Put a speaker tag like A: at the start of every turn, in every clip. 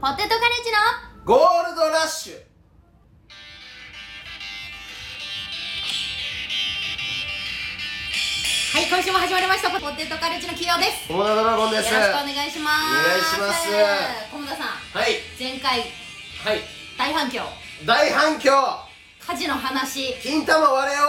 A: ポテトカレッジの
B: ゴールドラッシュ
A: はい今週も始まりましたポテトカレッジの起用です
B: コモダドラゴンです
A: よろしくお願いします
B: お願いします
A: 小田さん
B: はい
A: 前回
B: はい
A: 大反響
B: 大反響
A: 家事の話
B: 金玉割れよ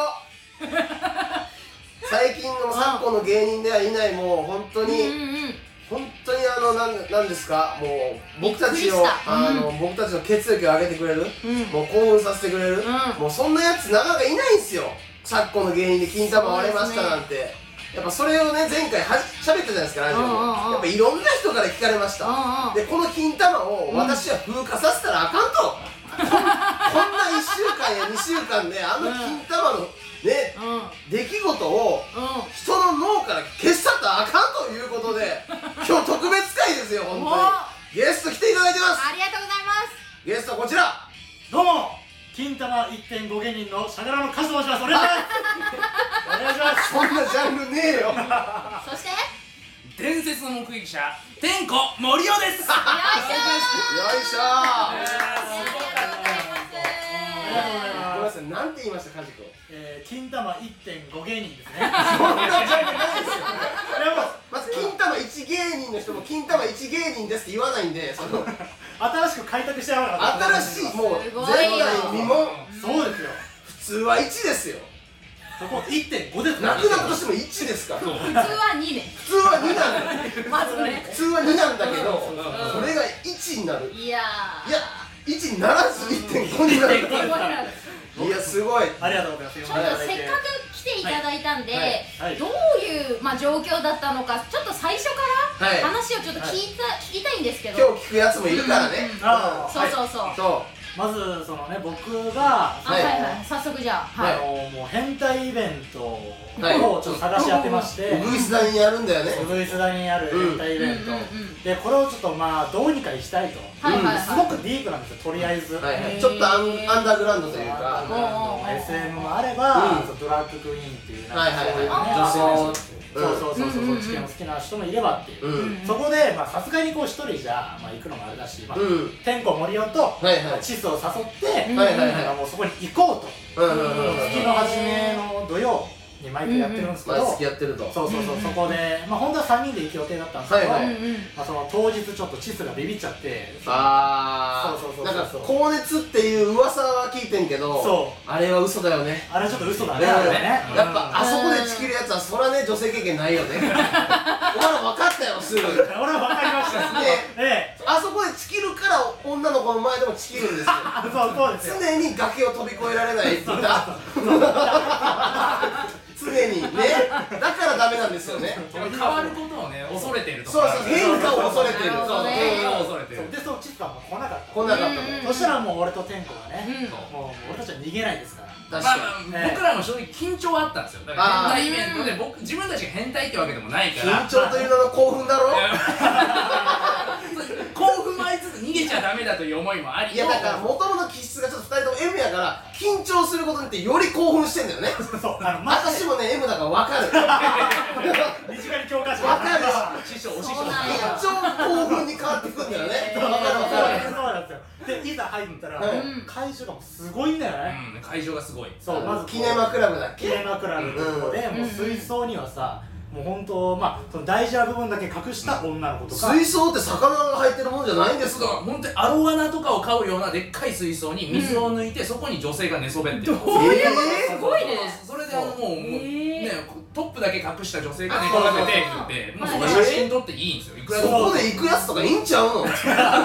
B: 最近の昨今の芸人ではいないもう本当に、
A: うんうんうん
B: 本当にあのなんなんですかもう僕た
A: びっく
B: ち
A: り
B: の
A: した
B: あの、僕たちの血液を上げてくれる、
A: うん
B: もう興奮させてくれる、
A: ん
B: もうそんなやつなかなかいないんすよ昨今の芸人で金玉割れましたなんて、やっぱそれをね前回はしゃべったじゃないですかラジオで、
A: うんうんうん
B: やっぱいろんな人から聞かれました、
A: うんうん
B: でこの金玉を私は風化させたらあかんと、こんこんな1週間や2週間であの金玉のね、
A: うんうん
B: 出来事を人の脳から消し去ったらあかんということで 今日特別会ですよ本当にゲスト来ていただいてます
A: ありがとうございます
B: ゲストこちら
C: どうも金玉1.5芸人のしゃがらのカズと申しますお願いしますお願いします
B: そんなジャンルねえよ
A: そしてよ
D: 伝説の目撃者天子森尾です
A: いしょ
B: よいしょ
A: ありがとうございます
B: ごめんなさいなんて言いましたカジ君
C: えー、金玉1.5芸人ですね
B: そんなジャンルないですよ
C: やば
B: まず金玉一芸人の人も金玉一芸人ですって言わないんでそ の
C: い新しく開拓してやろうかな
B: 新しいもう
A: す
B: 前
A: ごいよ
B: 代未聞
C: そうですよ
B: 普通は1ですよ
C: そこ1.5です
B: 泣く泣くとしても1ですから普
A: 普通は2ね
B: 通は2なんだよ
A: まずね
B: 普通は2なんだけどそれが1になる
A: いやー
B: いや、1にならず1.5にな
A: す
B: る
A: ごいな
B: からいや、すごい
C: ありがとうございます
A: ちょっとせっかく来ていただいたんで、
B: はい
C: はい
A: どういう、まあ、状況だったのかちょっと最初か
B: はい
A: ら話をちょっと聞いた、聞きたいんですけど
B: 今日聞くやつもいるからね
C: あー
A: そう
C: はい
A: そうそう、
B: そ
C: まずそのね僕が
A: あ
B: は
A: はいい、はい早速じゃあはい、
C: あのもう変態イベントを
B: はい
C: ちょっと探し当てまして、
B: う、ウグイスダにやるんだよね
C: ウグイスダにある変態イベント、
A: うんうんうんうん
C: でこれをちょっとまあどうにかしたいと、
A: はいはいはい
C: すごくディープなんですよとりあえず、
B: はいはい
A: へー
B: ちょっとアンアンダーグラウンドという
C: あ
B: か
C: の SM もあれば、
B: うん
C: ドラッグクイーンっていうなん
B: は
C: か
B: いはい
C: そういうね、
A: はい
C: の
B: 女
C: そうそうそうそう、
A: うんうんうん
C: 地形も好きな人もいればっていう、
B: うん
C: そこでまあさすがにこう一人じゃ、まあ、行くのもあれだし、まあ
B: うん
C: 天子森夫と、
B: いはい
C: まあチスを誘って、
A: うん
B: はいはい
C: なんか
B: は
C: もうそこに行こうと、
B: いうんうんうんうん
C: 月の初めの土曜に毎回やってるんですけど、
B: 毎月やってると
C: そうそうそう、そこで、まあ、本当は3人で行く予定だったんですけど、
B: はいはい
A: うんうん
C: まあ、その当日ちょっとチスがビビっちゃって
B: あ
C: そう
B: ー
C: そう
B: な
C: そ
B: んか
C: う
B: 高熱っていう噂は聞いてんけど
C: そ
B: あれは嘘だよね
C: あれはちょっと嘘だ
B: だ
C: ねあれ
B: よ
C: ね
B: ねやっぱあそこでちきるやつはそらね女性経験ないよねお前ら分かったよすぐ
C: うん俺は分かりました
B: ね
C: ええ
B: あそこでチキるから女の子の前でもチキるんですよ
C: あそうそう ですよ
B: 常に崖を飛び越えられないだ常にねだからダメなんですよね
D: 変わることをね恐れていると
B: そうそう変化を恐れてる
A: なるほ
B: そ
A: ど
B: う
A: ね
B: 変化を
D: 恐れて
C: そう
D: る
C: でそのチスがもう来なかった
B: 来なかったもん
A: うん
C: そしたらもう俺と天子がね、
A: うん
D: そう
C: もう俺たちは逃げないですから
D: まあ
B: 確
D: ま
B: か
D: あ
C: ね
D: 僕らも正直緊張はあったんですよだから
B: あー
D: 変態イベントで僕自分たちが変態ってわけでもないか
B: に緊
D: ら
B: 張という名の興奮だろ
D: 興奮もありつつ逃げちゃダメだという思いもあり
B: いやだから元々の気質がちょっと2人とも M やから緊張することによってより興奮してんだよね
C: そうあのまさ
B: 私もね M だから分かる分か
C: 身近に教科書
B: るし
D: 師匠お師匠
A: そうなんや
B: 緊張興奮に変わってくんだよね分かる
C: そう
B: 分
C: なんです
B: か
C: よそうなんですよでいざ入ったら、
B: うん
C: 会場がもうすごいんだよね、
D: うん会場がすごい
C: そうまず
B: るキネマクラブだっ
C: キ
B: け
C: レマクラブってとこで、もう水槽にはさもう本当まあその大事な部分だけ隠した女の子とか、
B: 水槽って魚が入ってるもんじゃないんです
D: そう
B: か
D: 本当にアロワナとかを飼うようなでっかい水槽に水を抜いて、そこに女性が寝そべってる
B: え
A: すごいね
D: それであのもう、もう
A: へー
D: ねトップだけ隠した女性が寝転べてってもうそこ写真撮っていいんですよいくら
B: そ
D: でも
B: こで行くやつとかいいんちゃうの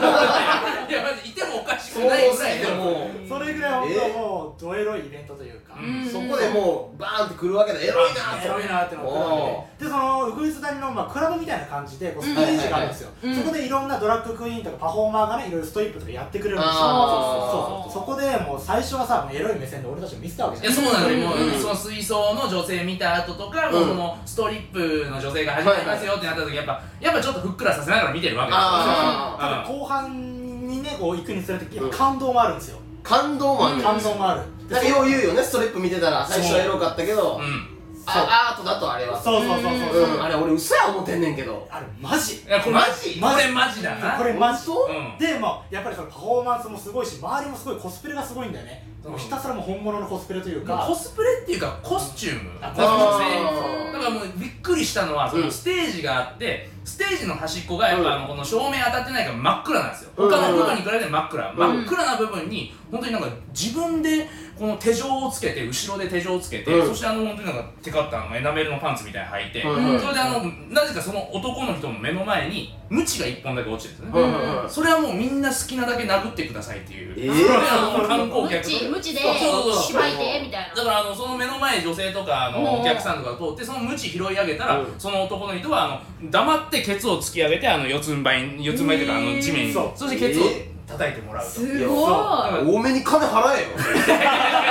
D: いやまずいてもおかしく
B: そう
D: ないぐ
B: す
D: らい
B: ぎて
D: の
B: もう
C: それぐらい本当もうドエロいイベントというか、
D: うん
B: そこでもうバーンってくるわけだエロいなーっ
C: エ
B: て
C: ロいなって思ったわけででそのウグイス谷の、まあ、クラブみたいな感じでこうステージがあるんですよ、
A: うん
C: そこでいろんなドラッグクイーンとかパフォーマーがねいろいろストリップとかやってくれるんですよ
B: あ
C: そうそうそうそこでもう最初はさもうエロい目線で俺たちを見せたわけ
D: い
C: じゃ
D: や
C: ん
D: そうなのよ、もう、
B: うん
D: その水槽の女性見た後とか、もうそのストリップの女性が始まりますよってなった時やっぱやっぱちょっとふっくらさせながら見てるわけですよ
B: あ
C: ただ後半にねこう行くにつれてやっぱ感動もあるんですよ、
B: 感動もある
C: 感動もある、
B: なんかよう言うよねストリップ見てたら最初はエロかったけど
D: うん
B: あアートだとあれは
C: そうそうそうそうそう、
B: うんあれ俺嘘や思ってんねんけど
C: あれマジ
D: いやこれ
B: マ
D: マ
B: ジ
D: ジこれマジだな
C: これマジ
B: 本
D: うん
C: で、まあ、やっぱりそのパフォーマンスもすごいし周りもすごいコスプレがすごいんだよね、
D: うん
C: もうひたすらもう本物のコスプレという
D: もう
C: か
D: コスプレっていうかコスチューム
C: あ
D: コスチュームですね
A: あー
D: だからもうびっくりしたのはそ
B: うん
D: のステージがあって、ステージの端っこがやっ
B: うん
D: ぱあのこの照明当たってないから真っ暗なんですよ、
B: うん
D: 他の部分に比べて真っ暗、
B: ん
D: 真っ暗な部分に本当になんか自分でこの手錠をつけて後ろで手錠をつけて、
B: うん
D: そしてあの本当になんかテカったあのエナメルのパンツみたいなの履いて、
B: うん
A: うん
D: それであのなぜかその男の人の目の前にムチが1本だけ落ちてるんですね、
B: うんうんうん
D: それはもうみんな好きなだけ殴ってくださいっていう、
B: えー
D: それはあの観光
A: ム
D: 客とか
A: チムチで
D: そうそうそう
A: しばいてみたいな
D: だからあのその目の前女性とかあ
A: うんう
D: の
A: ん
D: お客さんとかが通ってそのムチ拾い上げたら、
B: うん
D: その男の人はあの黙ってケツを突き上げてあの四つん這い四つん這いというかあ
A: へ
D: の
A: ー
D: 地面に
C: そ
D: そうしてケツを
B: え
D: 叩いてもらうと、
A: す
B: いや
A: ご
D: そう
B: 多めに金払えよ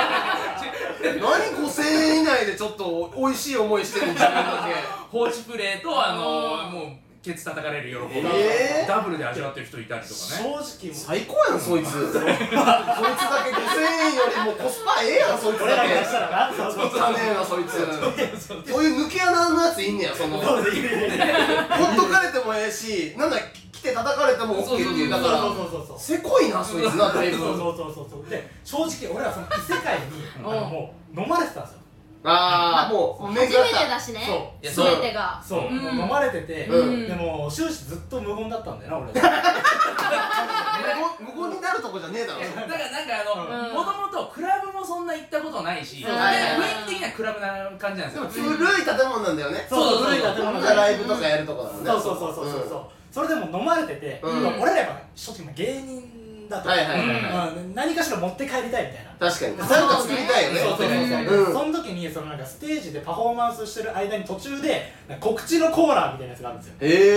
B: 何5000円以内でちょっと美味しい思いしてる自分だ
D: 放置プレーとあ
A: あー
D: のもうケツ叩かれる喜び、
B: えー
D: ダブルで味わってる人いたりと
C: 正
D: か
C: 直
D: ね
C: もう
B: け最高やんそいつそいつだけ5000円よりもコスパええやんそいつ
C: 俺
B: だ
C: ら
B: け
C: がしたらなそうそうそう
B: 汚ねえなそいつそういう抜け穴のやついんねやそのほっ
C: そういるいるいる
B: とかれてもええしなんだ来て叩かれても OK っていうだ
C: そう
B: か
C: そう
B: ら
C: そうそう
B: せこいなそいつなだいぶ
C: そうそうそうそうで正直俺らその異世界に
A: ん
C: あのもう飲まれてたんですよ
B: ああもう
A: い
B: 面
A: 初
B: 食らっ
A: めて
B: た
A: だしね
C: そう
D: いや
A: 全
D: そう
A: てが
C: そう、
D: うん
C: もう飲まれてて、
B: うん
C: でも終始ずっと無言だったんだよな俺
B: 無言無言になるとこじゃねえだろ
D: だからなんかあの
A: うん
D: もともとクラブもそんな行ったことない
A: う
D: し、
A: ん
D: で雰囲気的にはクラブな感じなんです
B: で
D: よ
B: も古い建物なんだよね
D: そうそう
C: 古い建
B: だ
C: 物
B: から
C: で
B: ライブとかやるとこだもんね
C: そうそうそうそうそうそう、それでも飲まれてて、
B: うん
C: まあ俺らやっぱ正直芸人だと、
B: はいはいはいはい
C: うん何かしら持って帰りたいみたいな
B: 確かになんか作りたいよね
C: そうそうそう
B: う
C: そう、
B: ん
C: その時にそのなんかステージでパフォーマンスしてる間に途中でなんか告知のコーナーみたいなやつがあるんですよ
B: へ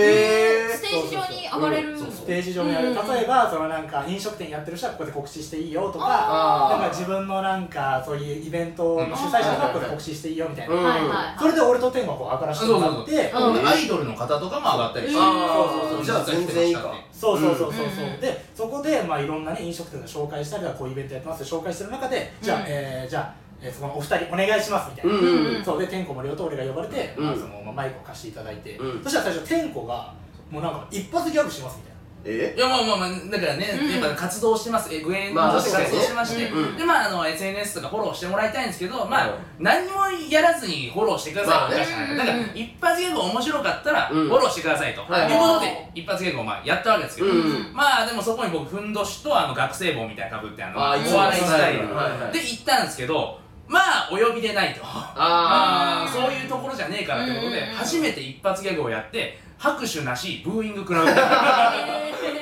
B: え
A: ステージ上に上がれる
B: そう
C: ステージ上にある、例えばそのなんか飲食店やってる人はここで告知していいよとか
B: あ
C: な
B: ー
C: んか自分のなんかそういうイベントの主催者がここで告知していいよみたいな、
B: うん
A: はいはい
C: それで俺と天がこう上がらせてもらっ
A: そうそ
C: て
A: うそう
D: うんアイドルの方とかも上がったりして、
A: うん
B: あー
D: そうそうそう
B: じゃあ全然いいか
C: そうそうそうそうそう、
A: うんうん
C: でそこで、まあ、いろんな、ね、飲食店の紹介したりとかこういうイベントやってますって紹介してる中でじゃあ、
A: うん
C: えーじゃあ、えーそのお二人お願いしますみたいな、
B: うんうん
A: うん
C: そうで天子も両と俺が呼ばれて、ま
B: う
C: あ、
B: ん
C: そのまあマイクを貸していただいて、
B: うん
C: そしたら最初天子がもうなんか一発ギャグしますみたいな
B: え
D: いやまあまあまあだからね、
A: うん
D: やっぱ活動してますえグエン
B: まあ
D: として活動してまして、
A: 確かにね
D: でまああの SNS とかフォローしてもらいたいんですけどまあ、
B: うん
D: 何もやらずにフォローしてくださいって話なんで、
A: まあね
D: だから一発ギャグ面白かったら
B: う
D: フ
B: ん
D: ォローしてくださいと、
B: はい
D: いうことで一発ギャグをまあやったわけですけど、
B: うん
D: まあでもそこに僕ふんどしとあの学生帽みたいなかぶってあの
B: あーいつ
D: お
B: も
D: 笑いスタイル
B: はいはいはい
D: で行ったんですけどまあお呼びでないと。
B: あ
D: あーそういうところじゃねえからってこと
A: うん
D: で
A: うんうん
D: 初めて一発ギャグをやって拍手なしブーイング食らうも
A: え
B: あ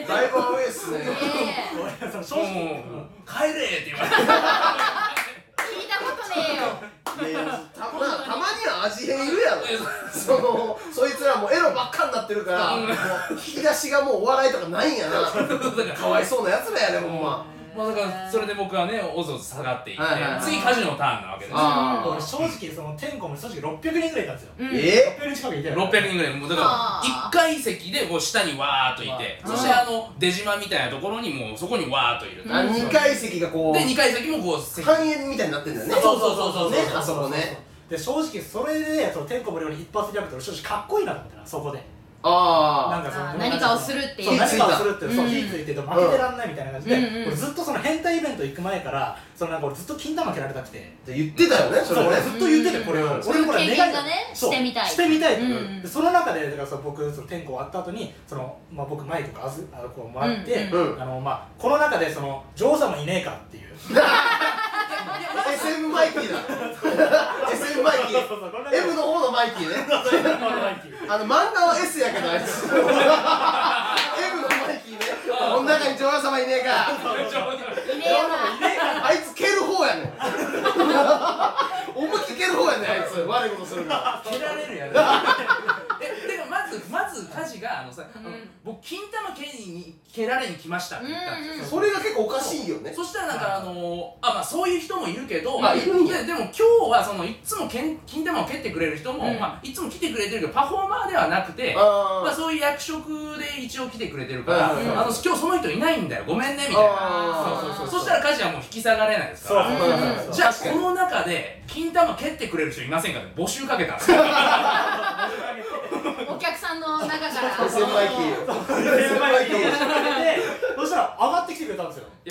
B: だいぶアウェイっすね
A: ーえー
C: 俺その正
D: う
C: 直、
D: 帰れって言われて
A: 聞いたことねえよ
B: いやたまあたまには味変いるやろそのそいつらもエロばっかになってるから
D: う
B: も
D: ん
B: う引き出しがもうお笑いとかないんやなかわいそうなやつらやねほんま
D: まあだからそれで僕はねおずおず下がっていって
B: はいはいはい
D: 次カジノターンなわけです
A: あ
C: 俺正直その天子も正直600人ぐらいいたんですよ、
A: うん
B: え
C: 600人近くいたよ
D: 600人ぐらいもうだ
A: あ
D: から
A: ー
D: 1階席でこう下にわーっといて
A: あー
D: そしてあの出島みたいなところにもうそこにわーっといる
A: う
D: で
A: ん
B: あ二階席がこ
D: 2
B: う
D: 階席もこう席
B: 半円みたいになってんだよね
D: そうそうそうそう
B: ねあそこね
C: で正直それでその天子も両に一発ギャグって俺正直かっこいいなと思ったなそこでな
B: あ
C: んかそ
A: あ
C: の
A: ー何かをするっていう
C: そう
B: 火つい
C: 何
B: た
C: かをするっていう、そう
A: うん
C: 火ついてて負けてらんないみたいな感じで、
A: うんうん
C: 俺ずっとその変態イベント行く前からそのなんか俺ずっと金玉蹴られたくて、
B: あって言ってたよねそ
C: そう
B: れもね
C: 俺ずっと言っててこれを、
B: うん
C: 俺もこ
A: そ
C: れ
A: ういう経験がね
C: そう
A: してみたい
C: してみたいって、
A: うん
C: でその中でだからその僕その天候終わった後にそのまあ僕マイクとかあずあのこうもらって、
B: うんうん
C: あのまあこの中でその女王様いねえかっていう。
B: SM マイキー だ SM マイキー
C: そうそうこの中で
B: M の方のマイキーね
C: マイキー
B: あの漫画は S やけどあいつ M のマイキーねこの中に女王様いねえか
A: いねえよな
B: あいつ蹴る方や ねん思いっきり蹴る方やねんあいつ悪いことするから
D: 蹴られるやつえてかまずまず家事があのさ、あの
A: うん
D: 僕金玉蹴りに蹴られに来ましたって言ったんですよ、
A: うんうん
B: それが結構おかしいよね
D: そしたらなんかあのあまあそういう人もいるけど、
B: まあいるんや
D: ででも今日はそのいつもけん金玉を蹴ってくれる人も、
A: うん
D: まあ、いつも来てくれてるけどパフォーマーではなくて
B: あ
D: まあ、
B: ー
D: そういう役職で一応来てくれてるから、
B: うん
D: あの今日その人いないんだよごめんねみたいな
B: あー
A: そう
D: そしたら家事はもう引き下がれないです
C: そ
D: か
C: う
D: ら
A: うんうん
C: そう
D: じゃあこの中で金玉蹴ってくれる人いませんかって募集かけたんで すよ
A: お客さんの中から
B: 先輩機
C: 先輩に押しかけてそしたら上がってきてくれたんですよ
A: え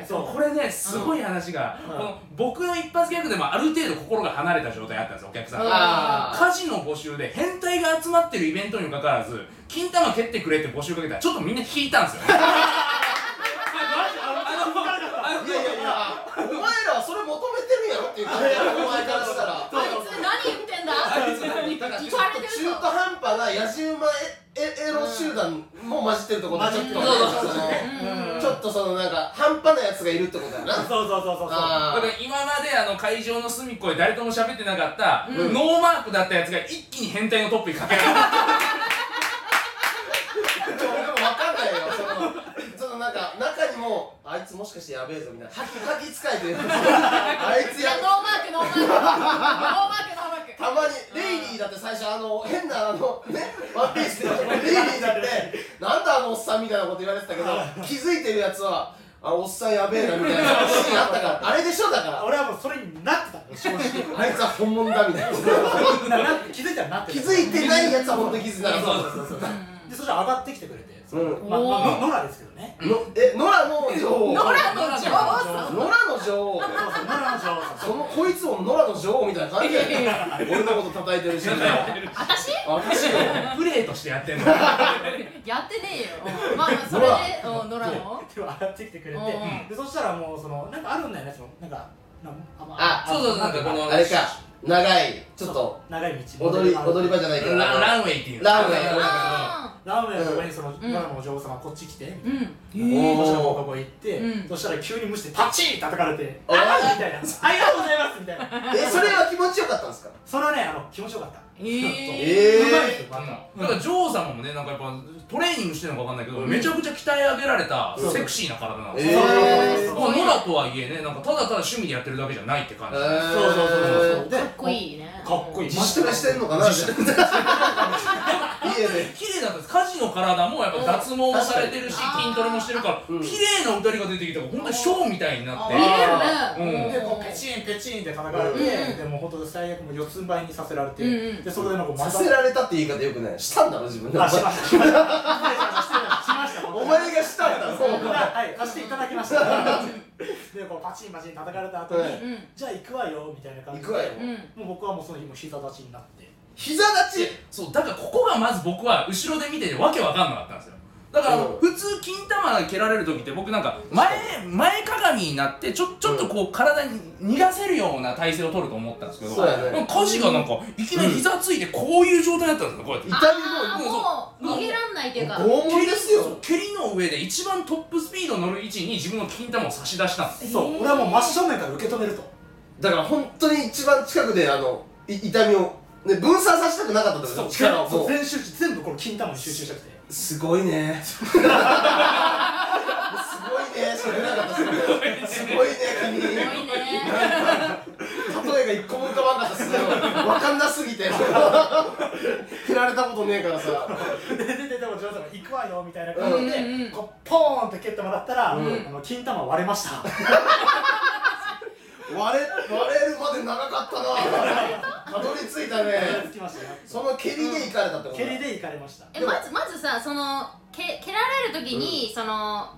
A: え
D: そうこれねすごい話が、
C: うん
D: この僕の一発ギャグでもある程度心が離れた状態あったんですよお客さんが
B: あー
D: 家事の募集で変態が集まってるイベントにもかかわらず金玉蹴ってくれって募集かけたらちょっとみんな引いたんですよあ
B: いやいやいやお前らはそれ求めてるやろっていう感じやろお前からしたら
A: あいつ何言ってんだ
D: のあいつ何か
A: 聞かれてる
B: 中途
A: ぞ
B: 半端な野じ馬エエエロ集団も混じってるとこだちょっと
C: 混
A: じってる
B: その
A: うん
B: ちょっとそのなんか半端なやつがいるってことやな
C: そうそうそうそうそう
B: あ
D: だから今まであの会場の隅っこで誰とも喋ってなかった、
A: うん
D: ノーマークだったやつが一気に変態のトップにかけられた
B: ーちょ俺も分かんないよそのそのなんか中にもあいつもしかしてやべえぞみたいな吐き吐き使いというかあいつ
A: いや
B: や
A: ノーマークノーマークノーマークノーマーク
B: たまにレイリーだって最初あの変なあ のねワンピースでレイリーだってなんだあのおっさんみたいなこと言われてたけど気づいてるやつはあおっさんやべえなみたいなシーンあったからあれでしょだから
C: 俺はもうそれになってたの正直
B: あいつは本物だみたいな
C: なな気づいたらなって
B: 気
C: た
B: づいてないやつは本当に気づいたら
D: そうそうそう
C: でそしたら上がってきてくれてその
B: うん
C: まあま
A: お
C: あ
A: ー
C: ノラですけどね
B: のえノラの女王
A: ノラの女王
C: さ
B: ノラの女王
C: そうそうノラの女王さん
B: そのこいつもノラの女王みたいな感じやね俺のこと叩いてるし
A: 私
B: 私よ
D: プレーとしてやってんの
A: やってねえよまあまあそれでうんノラの
C: 手を洗ってきてくれて、
A: うんうん
C: でそしたらもうそのなんかあるんだよねそのなんかなんか
B: あ
D: そうそうなんかこの
B: あれか長いちょっと
C: 長い道
B: 踊り踊り場じゃないけど
D: ラランウェイっていう
B: ランウェイ
A: あ
C: ラーメンの上にその、
A: ん
C: ドラマの女王様こっち来て、
A: ーうん
B: おー
C: こっちの方向行って、
A: うん
C: そしたら急に無視してパチーン叩かれて
B: あ
C: あ
B: ー
C: ーみたいなありがとうございますみたいな
B: えそれは気持ちよかったんですか
C: それはねあの気持ちよかった
A: え
B: えー
C: うまいですよまた、
D: うんだからジョー様もねなんかやっぱトレーニングしてるのかわかんないけど、めちゃくちゃ鍛え上げられた
B: うん
D: セクシーな体なんです
B: え
D: よ、
B: ー
D: まあノラとはいえねなんかただただ趣味でやってるだけじゃないって感じ、
B: え
C: そうそうそうそうで
A: かっこいいね
C: かっこいい
B: 自主トレしてんのかな自主トレ 家で
D: 綺麗だったんです家事の体もやっぱ脱毛もされてるし
A: 確かに
D: 筋トレもしてるから、
B: うん
D: 綺麗なお二人が出てきたから本当にショーみたいになって
A: 見
B: あ
A: れ
D: うん
A: るね
C: でこうペチンペチンって叩かれ
A: う
C: て、
A: ん
C: でもう本当に最悪もう四つん這いにさせられて、
A: うんうん
C: でそれでなんか
B: さ
C: また
B: せられたって言い方よくないしたんだろ自分で
C: あしましたしましたしましたしました
B: お前がしたんだそう
C: はい、貸していただきました。 で、こうパチンパチン叩かれた後に、
B: はい
A: うん
C: じゃあ行くわよみたいな感
B: 行
C: じで。
B: くわよ
A: うん
C: もう僕はもうその日もう膝立ちになって。
B: 膝立ち
D: そうだからここがまず僕は後ろで見ててわけわかんなかったんですよだからあの、
B: うん
D: 普通金玉蹴られる時って僕なんか前前かがみになってちょちょっとこう体に逃がせるような体勢を取ると思ったんですけど
B: そうやね
D: なんか家事がなんかいきなり膝ついてこういう状態だったんですよこうやって
B: 痛
A: あ
B: み
A: ーもう逃げらんないっていうか
B: も拷問です
D: そう
B: よ
D: 蹴りの上で一番トップスピード乗る位置に自分の金玉を差し出したんです
C: そう、俺はもう真正面から受け止めると。
B: だから本当に一番近くであのい痛みをね分散させたくなかったってこと
C: そう、
B: ね力を
C: 全そう
B: もう
C: 全集中、全部この金玉に集中したくて。
B: すごい ねすごいねそれなかったすごいすごいね
A: すごい
B: 君
A: ね
B: 例えが一個も浮かばんかったっすよわかんなすぎて振られたことねえからさ
C: で、で、で、でも、ジョーさんが行くわよみたいな感じで、
A: うんうん
C: こうポーンって蹴ってもらったら、
B: うん
C: あの金玉割れま した。
B: 割れ割れるまで長かったなたどり着いたね
C: つきましたよ。
B: その蹴りで行かれたってこと
C: 蹴
B: だ
C: りで行かれました。
A: えまずまずさそのけ蹴られる時に、その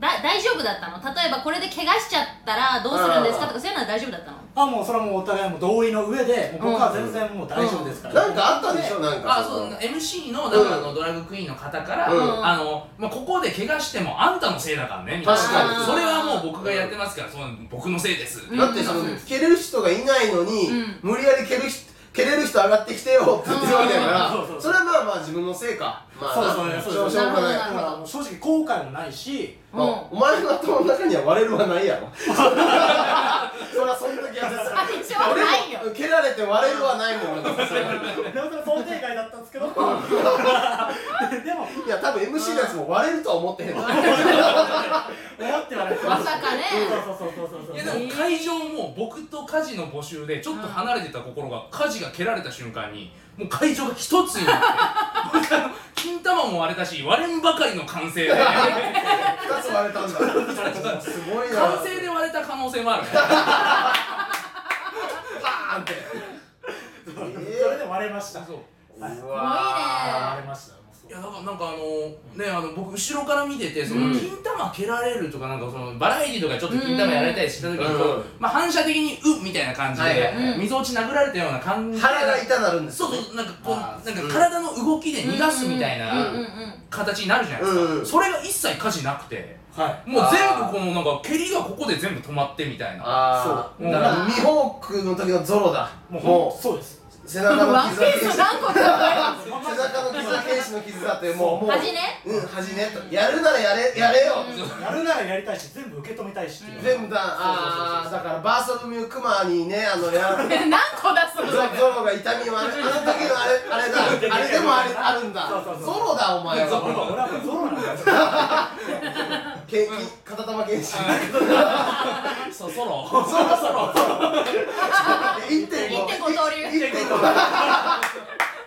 A: だ大丈夫だったの例えばこれで怪我しちゃったらどうするんですかとかそういうのは大丈夫だったの
C: あ、もうそれはもうお互いもう同意の上で、もう僕は全然もう大丈夫ですから。
B: なんかあったでしょなんか
D: あそう MC のだからあのドラッグクイーンの方から、
B: うん
D: あのまあ、ここで怪我してもあんたのせいだからねみたいな
B: 確かに
D: それはもう僕がやってますから、そう僕のせいですって、
A: うん
B: だってその
A: うん
B: 蹴れる人がいないのに、
A: うん
B: 無理やり蹴る人蹴れる人上がってきてよって言ってるわけだから、
C: うんそうそ
B: そ
C: う
B: れはまあまあ自分のせいかまあ
C: そうそうね
B: し
C: そう
B: ょ
C: そうう
B: しょうがない
A: なるほどなるほど
C: だからもう正直後悔もないし
A: ほど
B: まあお前の頭の中には割れるはないやろそりゃそん時は絶
A: あ
B: 対
A: でしょないよ
C: や
B: 受けられて割れるはないもん俺さすがに
C: 本当に想定外だったんです けどでも
B: いや多分 MC のやつも割れるとは思ってへんの
C: 思ってはない
A: まさかね
C: そうそうそうそうそうそう
D: いやでも会場も僕とカジの募集でちょっと離れてた心がカジが蹴られた瞬間にもう会場が一つになって 僕あの金玉も割れたし割れんばかりの 歓声で
B: 2つ割れたんだすごいな
D: 歓声で割れた可能性もあるね
B: パーンって
C: それで割れました
D: そう
C: はいう割
B: わ
C: れましたもうそう
D: いやだからなんかあのねあの僕後ろから見ててその
A: うん
D: 金玉蹴られるとかなんかそのバラエティとかちょっと金玉やられたりした時にこ
B: うん
D: うまあ反射的にうっみたいな感じ
B: はい
D: で
B: はい
A: はい
D: 溝落ち殴られたような感じ
B: ー
D: で
B: 腹が痛なるんです
D: そうそうなんかこう
C: あ
D: なんか体の動きで逃がすみたい
A: うんうんう
D: なん形になるじゃないです
B: うんう
D: か
B: ん
D: それが一切家事なくて
C: はい
D: もう全
B: あー
D: 部このなんか蹴りがここで全部止まってみたいな
B: ああ
D: そう
B: だからミホークの時のゾロだ
C: もう
B: も
C: そうです
B: う背
A: う
B: 中
A: ん
B: の
A: ワン
B: 傷
A: ピ
B: だ
A: ース
B: け
A: 何個だ
B: 背中の傷だ剣士の傷だってもうもう
A: 端ね
B: うん端ねとやるならやれやれよ
A: うん
C: やるならやりたいし全部受け止めたいしっていう
B: 全部だああだからバーストブミュークマーにねあのやる
A: 何個だそ
B: ゾ
A: れ
B: ゾロが痛みをあれあの時のあれあれだあれでもあれあるんだ
C: そうそうそう
B: ゾロだお前
C: そうそう
B: は
C: 俺はもうゾロなんだよ
B: けい片玉剣士
D: そうソロソロソロ
A: 1.5
B: 1.5
A: 通り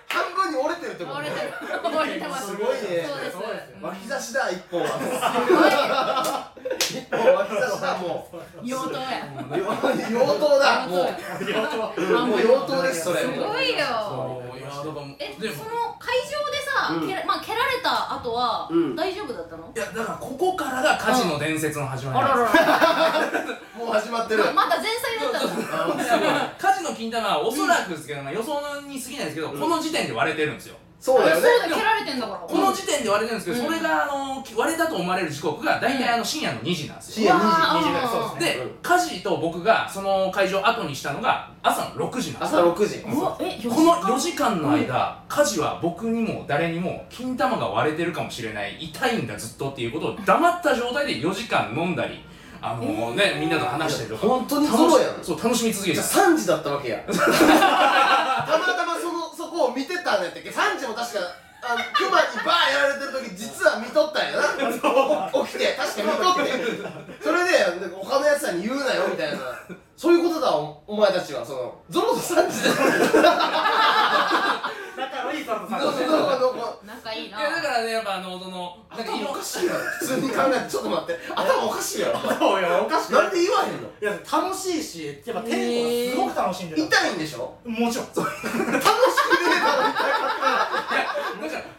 B: 半分に折れてるってこと
A: 折れてる折れてます
B: すごいね
A: そうです
B: 脇差しだ一本は一本脇差しだもう
A: 妖刀や
B: 両両刀だもう
C: 両方
B: うんもう両刀ですそれ
A: すごいよ
D: そういやだからもう
A: え
D: でも
A: その会場でさ、
B: うん
A: 蹴らまあ、蹴られた後は、
B: うん
A: 大丈夫だったの
D: いやだからここからが家事の伝説の始まりなんです
B: もう始まってる
A: まだ前菜だったの
B: あの
D: カジの金玉はおそらくですけど、まあ、予想に過ぎないですけど、この時点で割れてるんですよ
B: そうだよね
A: そうだよ蹴られてんだから
D: この時点で割れてるんですけど、
A: うん
D: それがあの割れたと思われる時刻が大体あの深夜の2時なんです
B: 深
D: よ、
B: 夜
A: わー
B: 2時2時ぐらいそうですねう
D: で
B: ん
D: カジと僕がその会場を後にしたのが朝の6時なんです
B: 朝
D: よ
B: 6時
A: うわえ
D: この4時間の間、カジは僕にも誰にも金玉が割れてるかもしれない痛いんだずっとっていうことを黙った状態で4時間飲んだりあのね、みんなと話したりとか
B: 本当にゾロやん
D: 楽しそう楽しみ続け
B: じ
D: て
B: ゃあ
D: た
B: 3時だったわけや たまたまそのそこを見てたんやったっけ3時も確かあのクマにバーやられてる時実は見とったんやなお起きて確か見とってそれでなんか他のやつらに言うなよみたいなそういうことだおお前たちはそのゾロと3時で
C: 仲のいいさんとさん
B: ゾロゾロがどこ
A: 仲いいない
D: やだからねやっぱあのそのなんかい
B: 頭お
D: ろ
B: かしいやろ普通に考えてちょっと待って頭おかしいやろ
C: そうよおかしくない
B: なんで言わへんの
C: いや楽しいしやっぱテンポがすごく楽しいんだよ
B: 痛いんでしょ
C: もちろんそう
B: 楽しくねえだろ
D: だか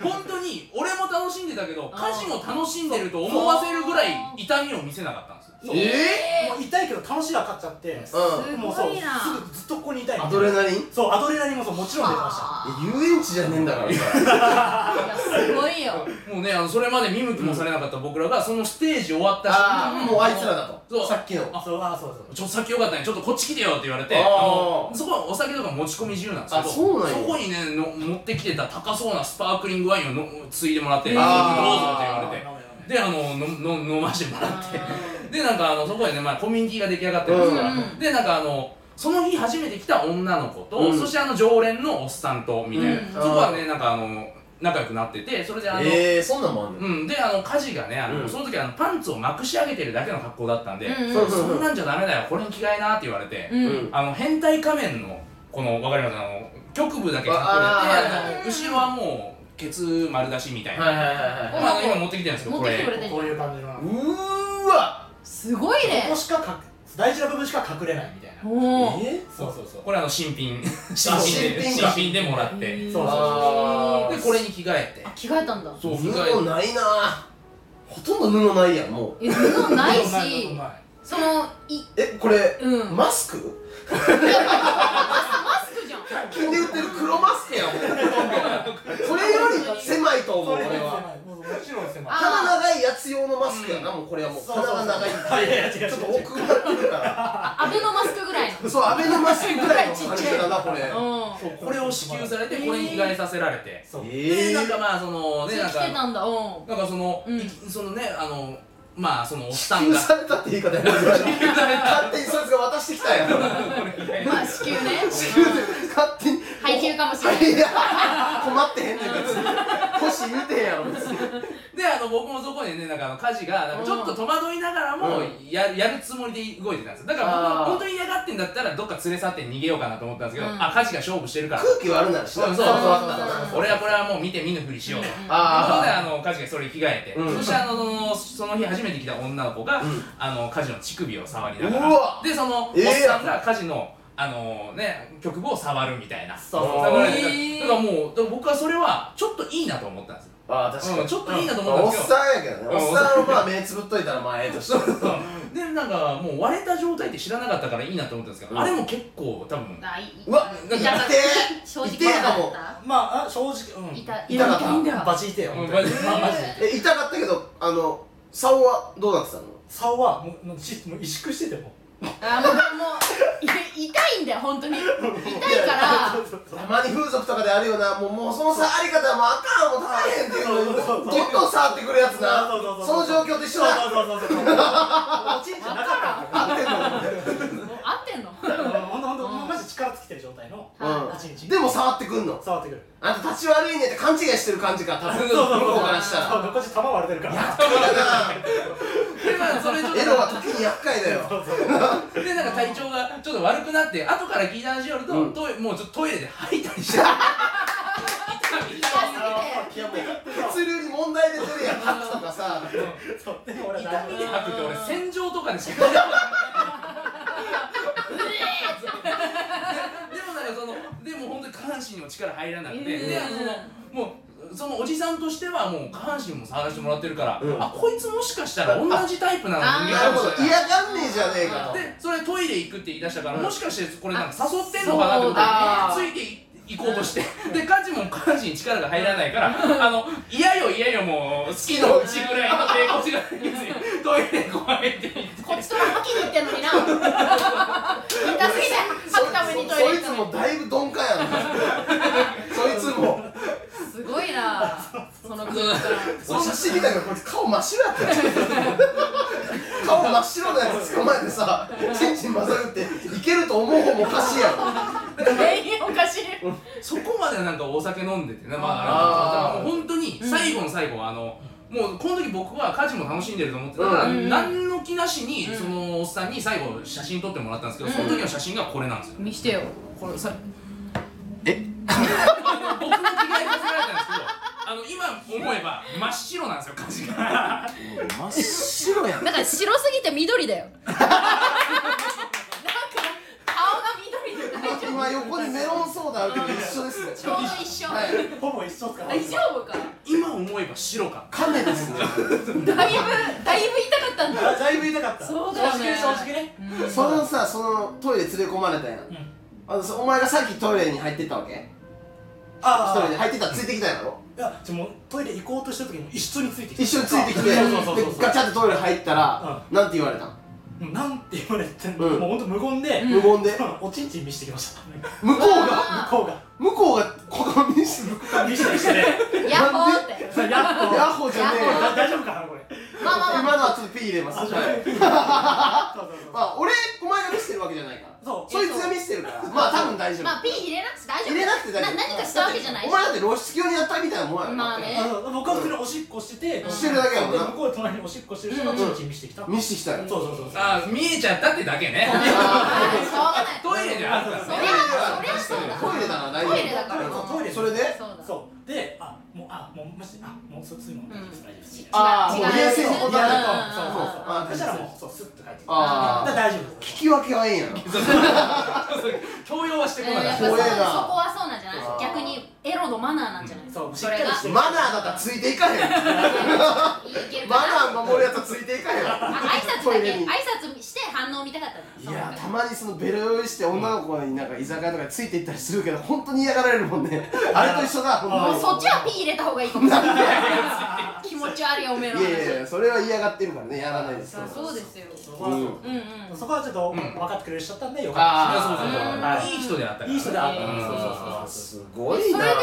D: ら本当に俺も楽しんでたけど家事も楽しんでると思わせるぐらい痛みを見せなかったんですよ
C: そうもう痛いけど楽しいが勝っちゃって
B: うん
A: す
C: もうそ
A: ご
C: う
A: い
C: す
A: な
C: ぐずっとここにいたいみたい
B: ア
C: な
B: ドレナリン
C: そうアドレナリンもそうもちろん出てました
A: あ
B: 遊園地じゃねえんだからさ
A: ーいやすごいよ
D: もうねあのそれまで見向きもされなかった僕らがそのステージ終わった瞬
B: あ
D: 間
B: あもうあいつらだ
D: そ
B: と
D: う
B: さっきの
D: あ
C: そうあそうそう
D: ちょっと先よかったねちょっとこっち来てよって言われて
B: あー
D: あのそこはお酒とか持ち込み自由なんですけど
B: あそうなんや
D: そこにねの持ってきてた高そうなスパークリングワインをのついでもらってどうぞって言
B: あー
D: われてであののの飲ましてもらってでなんかあのそこでね、まあ、コミュニティが出来上がってるんですから、
A: うん
D: でなんかあのその日初めて来た女の子と、
B: うん
D: そしてあの常連のおっさんとみたい
A: う
D: な、
A: ん
D: そこはねなんかあの仲良くなっててそれであの、
B: ええそんなんもあんの
D: うん、であの家事がねあの、
B: うん
D: その時あのパンツをまくし上げてるだけの格好だったんで、
A: うんうん
B: そう
D: そんなんじゃダメだよこれに着替えなって言われて、
A: うん
B: うん
D: あの変態仮面のこのわかりますあの局部だけ隠れて
B: あ
D: あ
A: ー
D: の後ろはもうケツ丸出しみたいな、
B: はいはいはいはい
D: まあ今持ってきてるんですけど
A: 持っ
D: こ
A: てき
D: れ
A: てくれてんじ
C: こう
A: ゃん
C: いう感じのこ
B: うーわ
A: すごいね
C: こしか隠大事な部分しか隠れないみたいな
A: おー
B: え
C: そうそうそう
D: これあの新品新
B: 新
D: 品で
B: 品
D: 新
B: か
D: 品でもらって
C: そうそう
B: あ
D: で
B: ー
D: これに着替えて
A: あ着替えたんだ
D: そう着
B: 布
D: 替え
B: ないなほとんど布ないやんもう
A: え布ない
C: ない
A: し
C: ない
A: そのい
B: えこれ
A: うんマ
B: マスク
A: スクじゃん
B: 金で売ってる黒マスクやんもうほとんどそれより狭いと思う
C: それ
B: 俺は
C: 狭いもうもちろん狭い
A: あ
B: 鼻長いやつ用のマスクやなもうこれはもう鼻が長い
C: いやいや違う違う違う
B: ちょっと奥まってるから
A: アベノマスクぐらいの
B: そうアベノマスクぐらいの感じだなこれ
A: うん
C: そう
D: これを支給されてこれに着替えさせられて
C: そう
B: え
D: で
B: ー
D: なんかまあその
A: そ
D: ね
A: れ
D: なん
A: 着て
D: か
A: たんだうん
D: なんかその
A: うん
D: いそのねあのまあそのおっさ
B: 支
D: ん
B: 給
D: が
B: されたって言い方やめてください勝手にそいつが渡してきたやん勝
A: まあ支給ね
B: 手に
A: 配給かもしれない
B: いや困ってへんねん別に欲しい言うてへんやろ別に
D: であの僕もそこでねなんかあの家事がなんかちょっと戸惑いながらも
B: う
D: や,、やるつもりで動いてたんですよだから僕
B: あ
D: は
B: ー
D: 本当に嫌がってんだったらどっか連れ去って逃げようかなと思ったんですけど、
A: うん
D: あ家事が勝負してるから
B: 空気悪なるしな
D: そう
B: 伝わったらな
A: そう
D: 俺はこれはもう見て見ぬふりしようと。
B: あー
D: そこであの家事がそれに着替えて、
B: うん
D: そしてあのそのその日初めて来た女の子が、
B: うん
D: あの家事の乳首を触りなが
B: うわ
D: らでそのおっ
B: ええやん
D: さんが家事の、あのね局部を触るみたいな
C: そう
B: そう
D: だから
A: へ
D: だ
A: え
D: からもうだから僕はそれはちょっといいなと思ったんですよ、
B: ああ確か
D: うん
B: に
D: ちょっといいなと
B: まあ
D: 思
B: お
D: っ
B: った
D: んですけど、
B: さんやけどね
D: うん
B: おっさんはまあ目つぶっといたらまあええとして
D: うんでなんかもう割れた状態って知らなかったからいいなと思ったんですけど、
B: うん
D: あれも結構多分
A: あいう
B: わ
A: 痛かった
B: 痛え
A: 正直
B: 痛えかも
A: 痛かっ
C: まああ正直う
A: た
C: ん
A: 痛
B: 痛かった
A: いんだよ
C: バチ痛いよ
D: うん
C: 本当に
D: バチ
C: まあマジで
B: え痛かったけどあの竿はどうなってたの
C: 竿はもうもうちもう萎縮してても
A: あもうもうい痛いんだよ本当に痛いから
C: そうそうそう
B: たまに風俗とかであるよなもうもうその触り方はもうあかんもう大変っていうのに
C: そうそうそう
B: どんどん触ってくるやつな
C: そうそうそう
B: その状況と一緒だ
C: そうそうそうそうそうおちんちんなかった
B: 合ってんの
A: もう合ってんの
C: んだよほんとほんと
A: うん
C: マジ力尽きてる状態の
B: うん
A: はい
C: ちんちん
B: でも触ってくんの
C: 触ってくる
B: あんた立ち悪いねって勘違いしてる感じか多分向
C: そうそう
B: こうからしたら
C: そうこっち玉割れてるから
B: 厄介だな
D: でまあそれちょっと
B: エロは時に厄介だよ
C: そうそう
D: でなんか体調がちょっと悪くなって後から聞いた話によると、
B: うん
D: トイもうちょっとトイレで吐いたりしてる
A: 痛
B: いやもう物流に問題出てるやんハツとかさ
C: そうでも俺
D: 痛みで吐くって俺戦場とかでしかでもなんかそのでも本当に下半身にも力入らなくて、
A: うん
D: であのそのもうそのおじさんとしてはもう下半身も触らせてもらってるから、
B: うん
D: あこいつもしかしたら同じタイプなの
A: あー
D: 人
B: なる
D: 間
B: ほ
D: かも
B: ど
D: しれない
B: 嫌がんねえじゃねえかと
D: でそれトイレ行くって言い出したから、
B: うん
D: もしかしてこれなんか誘ってんのかなと思
A: あ
B: そ
D: ってついていこうとして、で家事も家事に力が入らないから、あの嫌よ嫌よもう好きのうちぐらいの抵抗しができずにトイレにこうやって行って
A: こっちとも吐きに行ってんのにな痛すぎて吐くためにトイレ
B: そ
A: 行
B: い
A: っ
B: つ
A: たの
B: もだいぶ鈍感やなそいつも
A: すごいなその空間
B: お写真見たけどこいつ顔真っ白やったよ顔真っ白なやつ捕まえてさチンチン混ざるっていけると思う方もおかしいやろ
A: 全 員おかしい
D: そこまでなんかお酒飲んでてね、ま
B: あー
D: あ、あのもう本当に最後の最後はあの、もうこの時僕は家事も楽しんでると思ってたから、
A: うん
D: 何の気なしに、
A: うん
D: そのおっさんに最後写真撮ってもらったんですけど、その時の写真がこれなんですよ。
A: 見してよ
D: これさえ僕も着替えさせられたんですけどあの今思えば真っ白なんですよ家事が
B: 真っ白やん
A: だから白すぎて緑 だよなんか顔が緑で大丈夫
B: 今横にメロンソーダあるけど一緒ですね
A: ちょうど一緒
B: はい
C: ほぼ一緒っすから
A: 大丈夫か
D: 今思えば白か
B: 亀です ね
A: だいぶだいぶ痛かったんだ
C: だいぶ痛かった
A: そうだよね
C: 正直ね
B: そのさそのトイレ連れ込まれたやん、
C: ん
B: あのそお前がさっきトイレに入ってったわけ一
C: あ
B: 人
C: あ
B: で入ってったらついてきたんやろ
C: いやじゃあもうトイレ行こうとした時に一緒についてきて
B: 一緒についてきてで
C: そうそうそうそう
B: ガチャってトイレ入ったら、なんて言われたん
C: なんて言われてん
B: う
C: の
B: ん
C: もうほんと無言で
B: 無言で
C: おちんちん見してきました向
B: 向こうが
A: あ
C: こうが
B: 向こうがここ見せる
C: 見してきて ね
A: ヤッホーって
C: さやっと
B: ヤッホーじゃねえよ
C: だ大丈夫かなこれ
A: まあまあま
B: 今
A: あ
B: のはちょっとピー入れます
C: あ
B: はい
C: じゃあそうそうそう
B: まあ俺お前が見せてるわけじゃないから
C: そう
B: そいつが見せてる からまあ多分大丈夫、
A: まあピー入れなくて大丈夫
B: 入れなくて大丈夫
A: な何かしたわけじゃない
B: お
A: し
B: 前だって露出狂にやったみたいなもんやろ
A: まあね
C: あの僕は普通におしっこしてて、
B: してるだけやもんな
C: で向こうで隣におしっこしてる人がチンチン見してきた、
B: 見してきたよ
C: そうそうそうそう
D: あ見えちゃったってだけね
A: あーしょうがない
D: トイレであるから
A: そり
D: ね
A: ゃそりゃそうだ
B: トイレだから大丈夫
A: トイレだから
C: そうトイレ
B: それで
A: そうだ
C: そうであもうあもうマジであもうそうそういうの大丈夫です大丈夫です
B: あー
A: 違
B: もう冷静に
A: 違う
B: 答え
C: そうそうそう
B: あー
C: そしたらもうそうスッと帰ってきてだか
B: あ
C: ら
B: あ
C: 大丈夫です
B: 聞き分けはいいんやろ
D: 強要はして
A: え
D: こ
A: ー
D: な
A: や
D: か
A: っ
D: っ
A: ぱそ
D: た、
B: 怖えな
A: そこはそうなんじゃない
B: あー
A: 逆にエロのマナーなんじゃない
C: そうし
A: そ
C: っか
A: れ
C: り
A: が
C: して
B: マナーだったらついていかへん
A: いけるか
B: マ
A: な
B: ナー守るやつはついていかへん
A: あ挨拶
B: ト
A: だ
B: イ
A: け
B: レに
A: 挨拶して反応見たかったの
B: いやたまにそのベル酔いして女の子になんか居酒屋とかについていったりするけど本当に嫌がられるもん ねあれと一緒だほん
A: もうそ
B: ま
A: っちはピー入れた方 がいいかもしれない気持ち悪いおめえの
B: にいやいやい
A: 話
B: やそれは嫌がってるからねやらないで
A: そ
B: すけ
A: りゃ
B: ど
A: そうですよ
C: そこはそう
A: うんうん
C: そこはちょっと
D: うん
C: 分かってくれる人だったんでよ
D: い
C: か
D: やそうそうそう
A: うん
C: はい
D: いい人であったから
C: ったいい人であった
A: うん
C: そうそう
B: すごい
A: そ
B: な
A: れで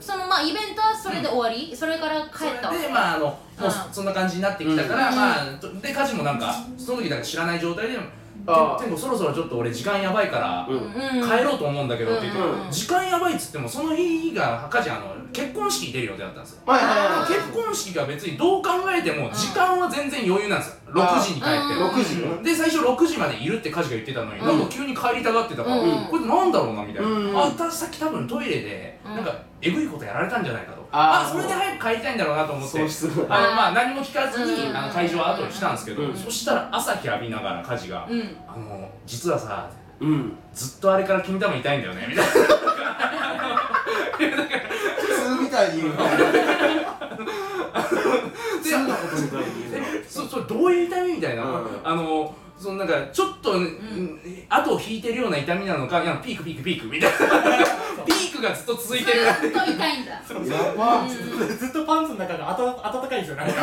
A: そのまあイベントはそれで終わり、それから帰ったわ
D: それ
A: け
D: でまああの
A: うん
D: もうそそんな感じになってきたから、
A: うん
D: まあとで家事もなんかその時なんか知らない状態で「て
B: あー
D: てんこそろそろちょっと俺時間やばいから
B: うん
A: うん、
D: 帰ろうと思うんだけど」って言って、
B: うん
A: うん
D: 時間やばいっつってもその日が家事あの結婚式出る予定だったんですよ
B: はいはい
A: あー
B: は
D: 結婚式が別にどう考えても時間は全然余裕なんですよ
B: ん
D: 6時に帰って
A: あー
B: い6時よ
D: で最初6時までいるって家事が言ってたのに、
A: うん
D: なんか急に帰りたがってたから、
A: うん
D: これなんだろうなみたいな、
B: うん
D: あたさっき多分トイレで
A: うん
D: なんかえぐいことやられたんじゃないかと、
B: あー
D: あそれで早く帰りたいんだろうなと思って
B: 喪失
D: あのまあ何も聞かずに、
A: うん
D: あの会場は後にしたんですけど、
B: うん
D: そしたら朝日浴びながら家事が、
A: うん
D: あの実はさ
B: うん
D: ずっとあれから金玉痛いんだよねみたいな
B: 普通みたいに言うね普通のことみたいに言うね
D: えそそれどういう痛みみたい
B: う
D: な、
B: ん
D: あのそのなんかちょっと、うん後を引いてるような痛みなのかいやピークピークピークみたいな ピークがずっと続いてる
A: ずっと痛いんだ
B: やば
C: ずっとパンツの中があた暖かいんですよなんか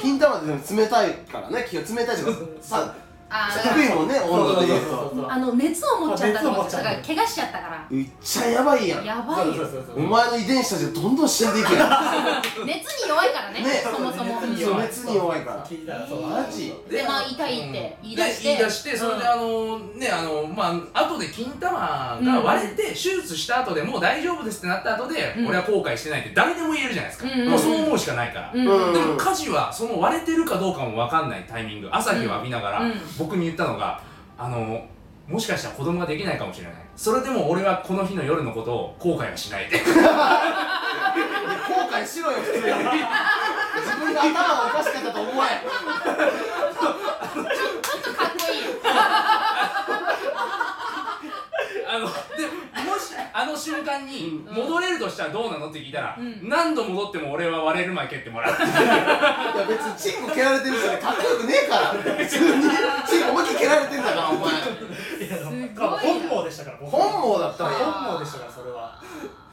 B: 金玉ってでも冷たいからね気が冷たいじゃんさ
A: あ
B: 低いもんね温度で言う
C: そうそう
B: と
C: そうそう
A: あの熱を持っちゃったと思って
C: 熱を持っちゃ
A: だ
C: う
A: から怪我しちゃったから
B: いっちゃやばいやん
A: やばい
C: そう
A: よ
C: そうそう
B: お前の遺伝子たちがどんどん死んでいくやん
A: 熱に弱いからね
B: ね
A: そもそも
B: 熱に
A: うん
B: 弱い熱に弱いから
C: 聞いたらそう
B: マジ
A: でまあ痛いって言い出して
D: で言い出してそれで
A: うん
D: あのねあのまあ後で金玉が割れて手術した後でもう大丈夫ですってなった後で
A: うん
D: 俺は後悔してないって誰でも言えるじゃないですか
A: うんうん
D: もうそう思うしかないから
A: う
D: で
A: ん
B: うん
D: も家事はその割れてるかどうかも分かんないタイミング朝日を浴びながら
A: うん
D: 僕に言ったのがあのもしかしたら子供ができないかもしれないそれでも俺はこの日の夜のことを後悔はしない って
B: 後悔しろよ普通に自分が頭がおかしかったと思え
A: ちょっとかっこいいよ
D: あのでもしあの瞬間に戻れるとしたらどうなのって聞いたら
A: うん
D: 何度戻っても俺は割れる前蹴ってもらう
B: いや別にチンコ蹴られてる人にかっこよくねえから普通にチンコ思いっきり蹴られてんだからお前
C: いやで
A: す
C: も
A: ごいな
C: 本望でしたから
B: 本
C: 望
B: 望だったわよ
C: 本望でしたからそれは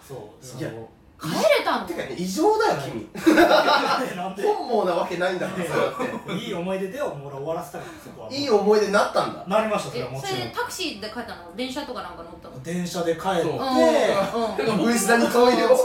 C: そう
B: いや
A: 帰れたの
B: てかね異常だよ君
C: なんでなんで
B: 本望なわけないんだからそうやっ
C: いい思い出でをもら終わらせたからそこは
B: ていい思い出になったんだ
C: なりましたそれは
A: え
C: も
A: そ
C: ち
A: れ
C: ろ
A: でタクシーで帰ったの電車とかなんか乗ったの
C: ん電車で帰って
D: そ
A: うんう
D: う
A: ん
D: だから僕
B: ウイスダにトイレを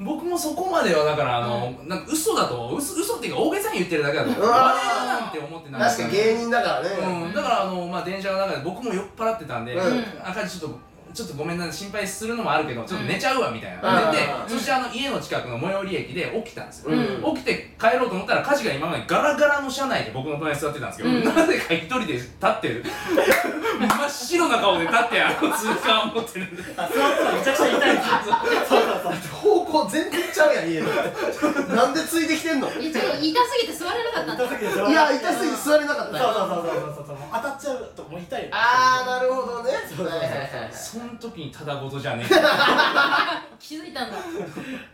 D: 僕もそこまではだからあの、なんか嘘だと嘘嘘っていうか大げさに言ってるだけだと思う
B: うわー
D: 我々なんて思ってない
B: 確か芸人だからね、
D: うん、だからあの、まあ、電車の中で僕も酔っ払ってたんで、
B: うん
D: 赤字ちょっとちょっとごめんな心配するのもあるけどちょっと寝ちゃうわみたい
B: うん
D: な、寝て
B: うん
D: そしてあの家の近くの最寄り駅で起きたんですよ、
A: うん
D: 起きて帰ろうと思ったら家事が今までガラガラの車内で僕の隣に座ってたんですけど、
A: うん
D: なぜか一人で立ってる 真っ白な顔で立ってあの通過を持ってるんで
C: あ座ったらめちゃくちゃ痛いんですよそうそうそう
B: 方向全然ちゃうやん家のなんでついてきてんのい
A: えちょっと痛すぎて座れなかったんだ
C: 痛すぎて座らな
B: や
C: い
B: 痛すぎて座れなかっ
C: そう
B: た
C: そう
B: よ
C: そうそうそうそうもう当たっちゃうともう痛いよ
B: あーなるほどね
C: そうそうそう
D: その時にただごとじゃねえ
A: 気づいたんだ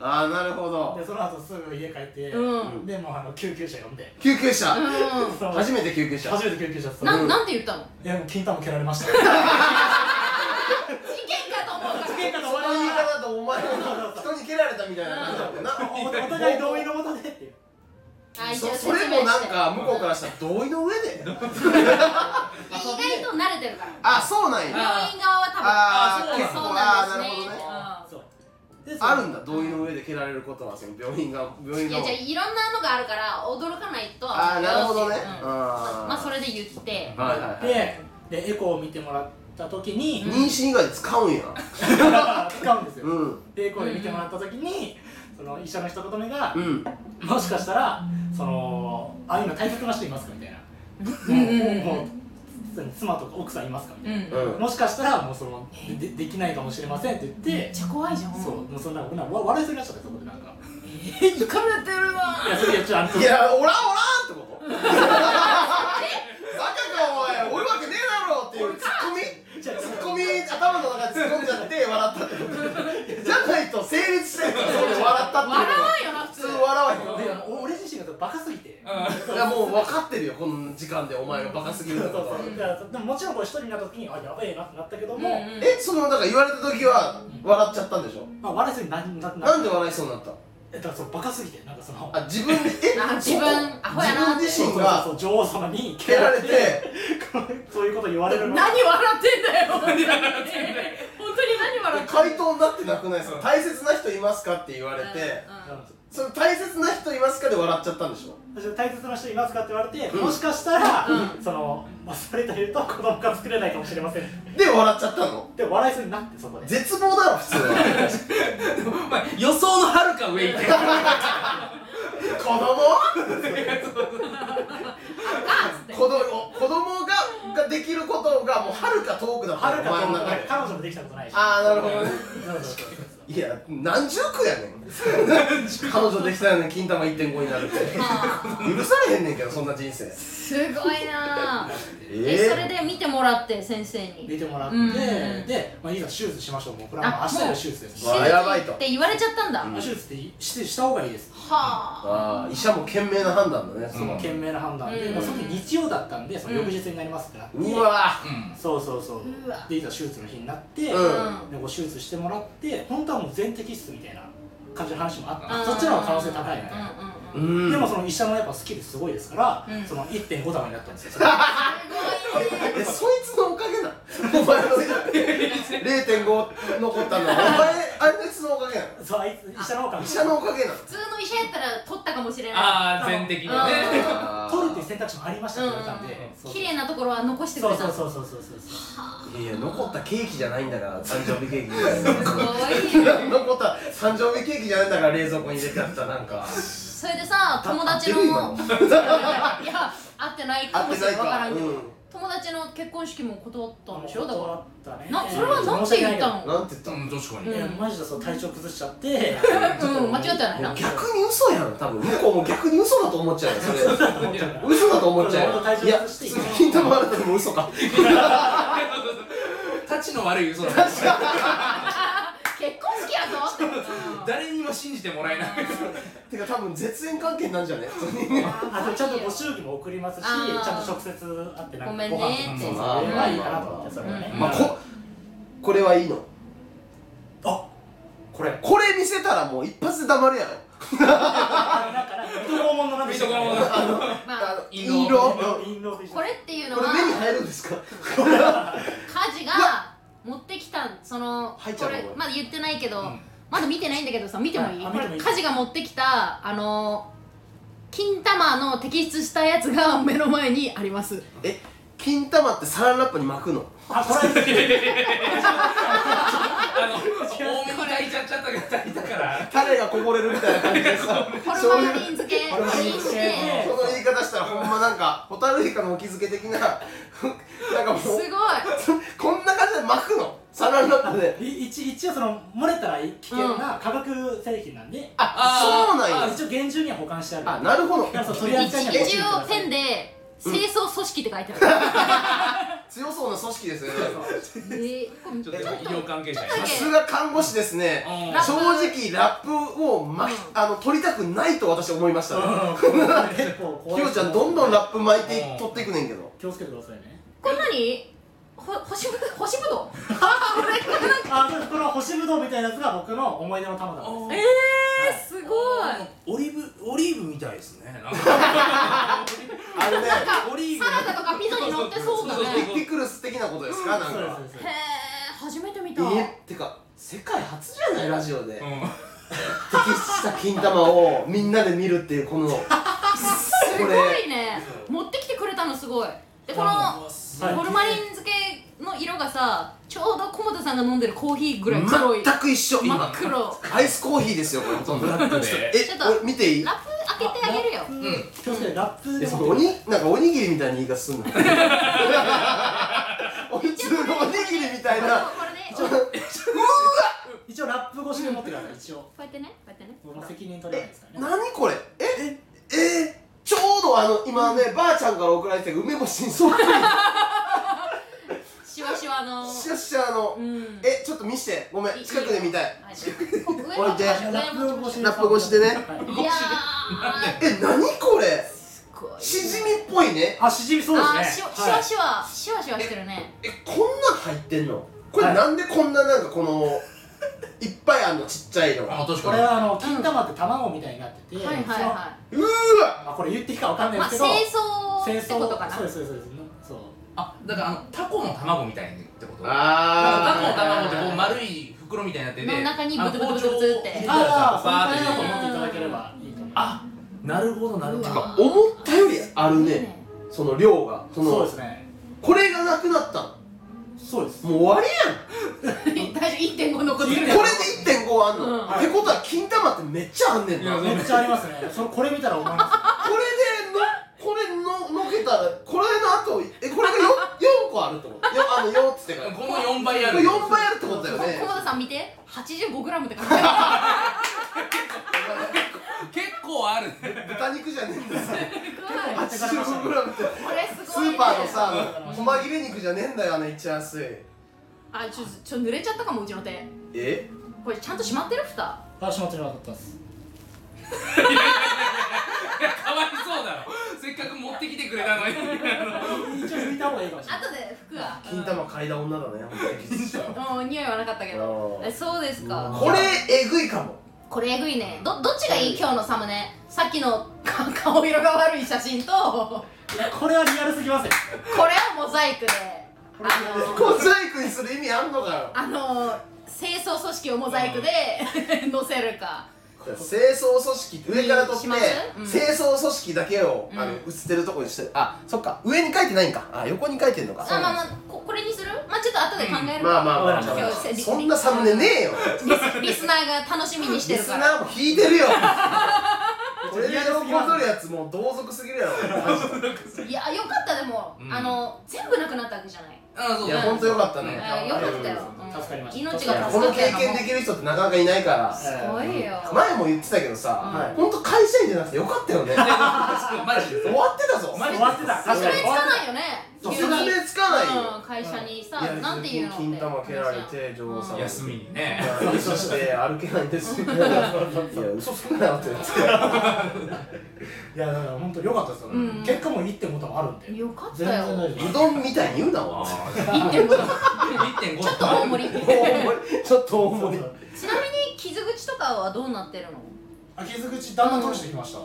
B: あーなるほど
C: でその後すぐ家帰って、
A: うん
C: でもうあの救急車呼んで、
B: 救急車、
A: う
C: そう
B: 初めて救急車
C: 初めて救急車
A: ん
C: そう
A: なんなんて言ったの
C: いやもう金玉蹴られました事
A: 事件かと思うから
C: 件から
B: その言い方だとお前は人に蹴られたみたいな感じだもんな
C: おお互い同意のもとでっていう
A: あ一
B: そ
A: 応
B: それ
A: 説明
B: も
A: して
B: なんか向こうからしたら同意の上
A: い
B: で
A: や意外と慣れてるから
B: あそうなんや
A: 病院側は多分
B: あ
D: ー
A: あ
D: 結構
A: そうなんですね
B: あーなるほ
C: そうで
B: あるんだ同意の上で蹴られることはその病院が
A: うん
B: 病院
A: い
B: が
A: やじゃあいろんなのがあるから驚かないとは
B: ああなるほどね
A: うんまあそれで言って
B: うんはいはいはい
C: ででエコーを見てもらった時に
B: 妊娠以外で使うんや
C: 使うんですよ、
B: うん
C: でエコーで見てもらった時にその医者の一言目が
B: う、ん
C: もしかしたらそのあ今大切な人いますかみたいな、
A: うんうんうん
C: もうもう妻とか奥さんいますかみ
A: う
C: たいな、
A: ん
B: う
A: めっ
B: ん
C: もしかしたらもうそのででできないかもしれませんって言って
A: ちゃ怖いじゃん
C: そうもうそんななわ笑いそうになっちゃったそこでなんか
A: えいかれてるない
C: やそれいやちょっとあ
B: い
C: の
B: や、おらんおらんってこと バカかお前、おるわけねえだろっていうツッコミ
C: じゃあ
B: ツッコミ頭の中に突っ込んじゃって笑ったってことじゃないと成立してるからそれで笑ったっていう
A: 笑
B: のは
A: わんよな普
B: 普
A: 通
B: 通笑わへん
C: でお俺自身がバカすぎて、
D: うん
B: いやもう分かってるよ、この時間でお前がバカすぎるって
C: そう
B: こと
C: そ
B: は
C: うそうだからでももちろんこう一人になった時にあやべえなってなったけども、
A: うんうん
B: え、その、だから言われた時は笑っちゃったんでしょ
C: まあ、笑いそうにななな
B: なんで笑いそうになったの
C: えだからそのバカすぎてなんかその
B: あ、自分で、え、
A: あ
B: そ
A: 自
B: こ
A: 分アホやなって
B: 自分自身
C: そ
B: が
C: うそう女王様に
B: 蹴られて
C: こうそういうこと言われるの
A: 何笑ってんだよ本当に本当に何
D: から
B: 回答になってなくないですか大切な人いますかって言われて、その大切な人いますかで笑っちゃったんでしょ
C: 私大切な人いますかって言われて、
B: うん
C: もしかしたら、
A: う
C: その、まあ、それというと子供が作れないかもしれません
B: で笑っちゃったの
C: で笑いそうになってそこで
B: 絶望だろ普通は
D: お前予想のはるか上行ってる
A: あっつっ
B: 子
A: て
B: 供子供子供がができることがもうはるか遠くだった
C: はるか
B: お前
C: と
B: の
C: 思っ
B: 中
C: て
B: で
C: 彼女もできたことないし
B: ああなるほどね
C: そうそうそうそう
B: いや何十句やねん彼女できたらね金玉1.5になるって
A: あ
B: 許されへんねんけどそんな人生
A: ーすごいなー
B: え
A: えそれで見てもらって先生に
C: 見てもらって、
A: うん
C: で、まあ、いざ手術しましょうもうこれはも
A: あ
C: う明日やる手術です
A: 手
B: わあやばい
A: 術
B: と
A: って言われちゃったんだ、
B: うん
A: は
C: 手術っていしてした方がいいです
A: あ
B: ああ医者も賢明な判断だね
C: その賢明な判断で、
A: うん
C: まあ、その時日曜だったんでその翌日になりますってなって、
B: うわ
D: うん
C: そうそうそう
A: うわ
C: でいざ手術の日になって、
B: うん
C: でこう手術してもらって本当はもう全摘出みたたいな感じの話もあった
A: うん
C: そっちの方が可能性高いみたいな、
A: うんうんうん
B: う
A: うん
B: ん
C: でもその医者のやっぱスキルすごいですから、
A: うん
C: その1.5玉になったんですよそれあ
A: すごいね
B: えそいつのおかげなのお前の0.5残ったのお前あいつのおかげなの
C: そうあいつ医者の方から
B: 医者のおかげなの
A: 普通の医者やったら取ったかもしれない
D: ああ全的にね
A: うん
C: 取るっていう選択肢もありましたって言われたんで、
D: うん
C: そう
A: 綺麗なところは残してく
C: そう
A: れた
C: そう
A: す
C: そうそうそうそうそう
B: いやいや残ったケーキじゃないんだから誕生日ケーキ
A: ごいね
B: 残った誕生日ケーキじゃないんだから冷蔵庫に入れてあったなんか
A: それで さ友達のい
B: 合ってる
A: や会ってないか
B: 合
A: も
B: っ
A: し
B: てな
A: れ
B: い
A: んわから
B: か
A: んけど、
B: う
A: 友達の結婚式も断ったんでしょだから
C: らったね
A: なそれはなんて言った
B: ん
A: の
B: なんて言ったの
D: うん確かに
A: うん
C: いやマジでそう体調崩しちゃって
A: うん間違ってないな
C: もう
B: 逆に嘘やん多分向こうも逆に嘘だと思っちゃうよそれ嘘だと思っちゃ
C: 俺の
B: う
C: 体
B: よ
C: 調
B: いや
C: 崩
B: 普
C: して
B: 通に金玉洗っても嘘か
D: タチの悪い嘘だ
A: 結婚式やぞって
D: 誰にも信じてもらえない
B: てか多分絶縁関係なんじゃね本当に
C: あとちゃんとご祝儀も送りますしち
A: あー
C: ゃんと直接会ってなんか
A: ごめんねー
D: って
C: ご飯とか
B: あ
C: そうそう
B: ー
C: まあいいかなと思ってそれはね
D: うん
B: まあここれはいいの
C: あこれだ
B: これ見せたらもう一発で黙るやろ
C: から水戸黄門の鍋
D: 水戸黄門の鍋
B: あの
A: まあ
B: あの
D: 印
B: 印
D: 籠
B: 籠うん
C: 陰謀で
A: これっていうの
B: こ
A: は
B: れ目に入るんですか
A: 家事が持ってきたその
B: 入っちゃ
A: こ
B: うの
A: れまだ言ってないけど、
D: うん
A: まだ見てないんだけどさ見てもいい,、
C: はいあ
A: これ
C: 見てもいい
A: 家事が持ってきたあの金玉の摘出したやつが目の前にあります
B: え金玉ってサランラップに巻くの
C: あこれ
D: あの多めに炊いちゃっちゃったから炊いたから
B: タレがこぼれるみたいな感じでさ
A: ホル
B: そ
A: マ
B: ういう
A: リン漬け
C: ホルマリン
A: にし
C: 漬け
A: て
C: ね
B: その言い方したらほんまなんかホタルイカのお気づけ的ななんかも
A: すごいう
B: こんな感じで巻くのサランラップで
C: い 一一応その漏れたら危険な化学製品なんで
B: あそうなん
D: あ
B: や
C: 一応厳重には保管してある
B: あなるほど
C: だからそう取り扱いにはご注意
A: 一
C: くだ
A: 応
C: さい
A: ペンで清掃組織って書いてあ
B: 強そうな組織ですね
A: る、えーこれ
D: ちょっと医療関係者に
A: ちょっ
B: さすが看護師ですね
D: うん
B: 正直ラップを巻き
A: うん
B: あの取りたくないと私思いましたね
C: うん結構怖
B: ひ
C: い
B: よちゃんどんどんラップ巻い
D: うん
B: て取っていくねんけど
C: 気をつけてくださいね
A: これ何ほ星ぶ星ぶどう
C: あそうですこの干しぶどうみたいなやつが僕の思い出の玉だったんです
A: えー、すごい
D: オリーブオリーブみたいですねなんか
B: あのね
D: オリーブ
A: サラダとかピザに乗ってそうだね
B: ピクルス的なことですかなん
C: そうです
B: か
C: そうです
A: へえ初めて見
B: え
A: た
B: ーってか世界初じゃないラジオで
D: うん
B: 摘出した金玉をみんなで見るっていうこのこ
A: すごいね持ってきてくれたのすごいでこの
C: はい
A: ホルマリン漬けの色がさちょうど菰田さんが飲んでるコーヒーぐらい黒い
B: れ全く一緒
A: 真っ
B: 今
A: 黒
B: アイスコーヒーですよこれほとんど
D: ブラックで
B: え
A: ちょっと
B: 俺見ていい
A: ラップ開けてあげるよ
D: うん
C: 気をつけてラップ
B: え
C: で
B: そ
C: も
B: のおになんかおにぎりみたいな言い方すんの お普通のおにぎりみたいな
A: これで
B: う
A: こ
B: わ
C: 一応ラップ越しで持ってください一応
A: うやってねこうやってね
C: 僕の責任取れないですからね
B: 何これえええー、ちょうどあの今ねばあちゃんから送られてきた梅干しにそっくり
A: シワシワの
B: シャッシャーの
A: うん
B: えちょっと見してごめん近くで見たい
A: はいこう上
B: 置いて
A: 上
C: ラップ越し
B: ラップ越しでね
C: はい
A: いやー
B: え何これ
A: すごい
B: しじみっぽいね
C: あしじみそう
A: あー
C: です
A: し
C: ね
A: わし
C: は
A: わ
C: い
A: しわしわしわしてるね
B: えこんなん入ってんのこれ
C: はい
B: なんでこんななんかこのいっぱいあんのちっちゃいのが
D: あ確
C: こ
D: か
C: れ
D: に
C: はあの金玉って卵みたいになってて
A: はいはい
C: そのま
A: は
B: うーわ
C: あこれ言っていいかわかんないいで
A: まあ
C: すけ
A: 清
C: ど
A: 掃ってことかな
C: そうですそうですそうですそう
D: あだからあのタコの卵みたいってこと
B: あ
D: タコの卵ってこう丸い袋みたいになってて
A: の中に
D: あの
A: ブツブツブツブツって
D: 包丁を入れたらさバ
C: あ
D: ー
C: あ
D: って
C: そ
D: 出
C: の
D: て
C: 感じだと思って
D: くる
C: いただければいいと思います
D: あなるほどなるほ
A: う
D: ど
A: わ
B: てか思ったよりある
A: いい
B: ねその量がその
C: そうですね
B: これがなくなったの
C: そうです
B: もう終わりやん
A: 大丈夫1.5残ってる
B: これで1.5あんの、
A: うん
B: ってことは金玉ってめっちゃあんねん
D: いや
B: なこ
D: そう
B: れ
C: めっちゃありますねそのこれ見たら思います
B: でのこれののけたらこれの後えこれが 4, 4個あるってことよあの4っつってからこ
D: この4倍ある
B: れ4倍あるってことだよね
A: こ駒田さん見て 85g って書いてあ
D: 結構ある
B: 豚肉じゃねえんだよ
A: る怖い
C: あ
B: 8 5グラムって
A: これすごい、ね、
B: スーパーのさ細切れ肉じゃねえんだよあの一番安い
A: あちょちょ濡れちゃったかもうちの手
B: え
A: これちゃんと閉まってる蓋
C: 私も手なかったです
D: かわいそうだろせっかく持ってきてくれたのに
C: 一応拭いた方がいいかもしれない
A: 後で服は
B: 金玉嗅いだ女だね本当に技術者は
A: うん、うん匂いはなかったけど
B: あー
A: えそうですか
B: これえぐいかも
A: これえぐいねどどっちがいい今日のサムネさっきの か顔色が悪い写真とこ
C: いやこれはリアルすぎますよ
A: れをモザイクで
C: これ
A: あの
B: 小細工にする意味あんのかよ
A: あの清掃組織をモザイクで 載せるか
B: 清掃組織って上から取って
A: しますうん
B: 清掃組織だけを
A: うん
B: あの写ってるとこにしてあそっか上に書いてないんかあ横に書いてんのか
A: あまあまあここれにするまあちょっと後で考える
B: まあ
A: わ、
B: まあまあまあまあ
A: 今日
B: そんなサムネねえよ
A: リスリスナーが楽しみにして
B: リ
A: る
B: ス
A: か
B: ナ
A: ら
B: ーも引いてる よ俺で喜ん
C: 一応リアルすぎます
B: どるやつもう同族すぎるやろマジで
A: いやよかったでも、
D: うん
A: あの全部なくなったわけじゃない
D: あそう
B: いや
D: だ
B: ほんとよかったね
A: あよかったよ、うん
C: 助かりました
A: 命
C: いや
A: が
B: こ
A: 助
B: の
A: か
B: 経
A: ったよ
B: 験できる人ってなかなかいないから
A: すごいよ、
B: 前も言ってたけどさ
C: う
B: 本
C: ん
B: 当会社員じゃなくてよかったよね
D: マジで
B: 終わってたぞ
D: マジ
C: 終わってた確
A: 説
C: か
A: 明
C: に
A: つかないよね
B: 説
A: 急に
B: 明つかないよ
A: うん、会社にさ、
B: いや
A: なんていうのって
B: 金玉蹴られて女王
A: う
B: 様
A: ん
D: 休みにね
B: 一緒して歩けないんですよ。いや、嘘つくなよって言って。
C: いやだから本当良かったですよ、
A: うん
C: 結果も1.5ともあるんで
A: よかった
C: 全然大丈
A: よ
C: 夫
B: うどんみたいに言うなわ。
D: あ
A: 1.5
D: ー1.5
A: ちょっと大盛り
B: 大盛りちょっと大盛り。
A: ちなみに傷口とかはどうなってるの
C: あ傷口だんだん閉じてきました、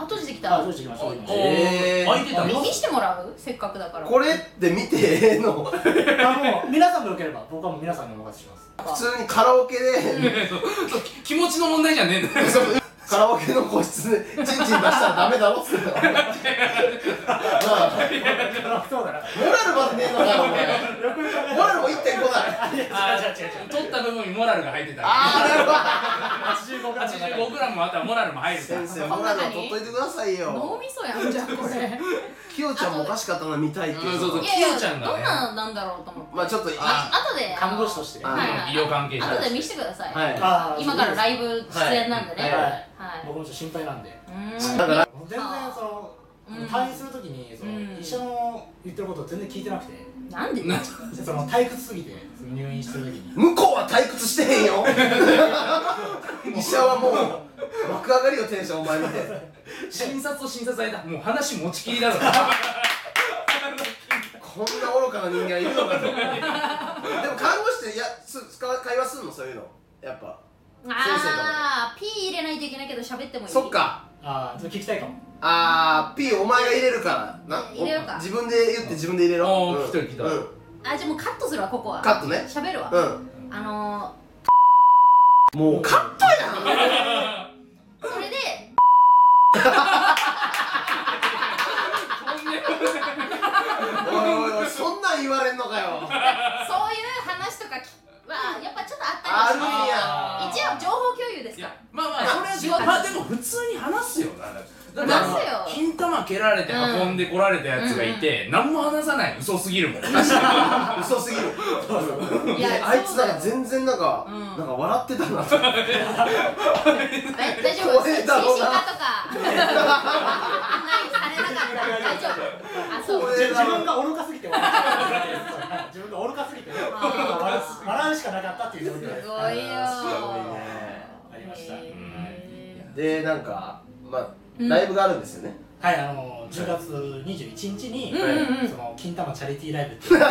A: あ閉じてき
C: あ
A: た
C: 閉じてきました
D: お
C: 今
D: ー開いてた
A: 見
D: の
A: 見してもらうせっかくだから
B: これって見てええの。
C: あもう皆さんでよければ僕はもう皆さんにお任せします
B: 普通にカラオケで、
D: 気持ちの問題じゃねえんだよ
B: カラオケの個室でチンチン出したらダメだろっつってたから。なあ、
C: そうだな
B: モラルまでねえのかよ、お前。
C: よく考え
B: モラルも1.5だ。
D: あ
C: 違う違う違う違う
D: 取った部分にモラルが入ってた
B: あー、なるほど。
C: 85から
D: 85グラムもあったらモラルも入るから
B: 先生、モラルを取っといてください
A: 脳
B: よ。
A: みそやんじゃんこれいや
B: キヨちゃんもおかしかったな、見たいっていううん
D: そうそう
B: の。
A: い
D: キヨちゃ
A: や
D: んがね
A: どんななんだろうと思って
B: まあちょっと、
D: あ
A: あ後で
C: 看護師として
A: あのはいはい
D: 医療関係者
A: 後で見せてください、
B: はい。
C: あー
A: 今からライブ出演なんでね
B: はい
C: はい
A: はい
C: 僕もちょっと心配なんで
A: うーん
B: だから
C: 全然その
A: うん
C: 退院するときにその
A: うん
C: 医者の言ってることを全然聞いてなくて
A: なんで
D: な
C: その退屈すぎてその入院してるときに
B: 向こうは退屈してへんよ 医者はもう爆上がりよテンションお前見て
D: 診察と診察間もう話持ち きりだろ
B: こんな愚かな人間いるのかとでも看護師っていやす使わ会話すんのそういうのやっぱ
A: ああピー入れないといけないけど喋ってもいい
B: そっか
C: ああちょっと聞きたいかも
B: あー P お前が入れるからな
A: 入れようか
B: お自分で言って自分で入れろ
D: おー
B: うん
D: 来てる来て
B: う
D: る
B: ん
A: あじゃあもうカットするわここは
B: カットね
A: 喋るわ、
B: うん
A: あの
B: もうカットや
A: ー、
B: ん
A: それで
B: おいおいおいそんなん言われんのかよ
A: そういう話とかきはやっぱちょっとあった
B: あ
A: り
B: るん
A: もしま
B: や
A: す一応情報共有で
D: い
A: すか
D: や
A: ら
D: まあまあそれは
A: 仕事
D: まあでも普通に話すよなだって
A: 話
B: す
A: よ
D: 金玉蹴られて運んでこられたやつがいて、何も話さない嘘すぎるもん
B: 嘘すぎる
A: いや
B: あいつ
A: そうだ
B: な
A: よ
B: んか全然なんか、
A: うん
B: なんか笑ってたなと
A: え大丈夫
B: 怖
A: 精
B: え
A: 神
B: だ
A: 科
B: ろう
A: と
B: な
A: か案内されなかったら大丈夫あそう
B: 怖
C: 自
B: えな
C: 分が愚かすぎて笑っ自分が愚かすぎて笑う笑うしかなかったっていう状況です
A: すごいよ
B: ごいね
C: ありました
A: へー
B: でなんかまあ、
A: うん
B: ライブがあるんですよね
C: はいあの10月21日に、
A: うんうんうん
C: その金玉チャリティーライブっていう
A: 金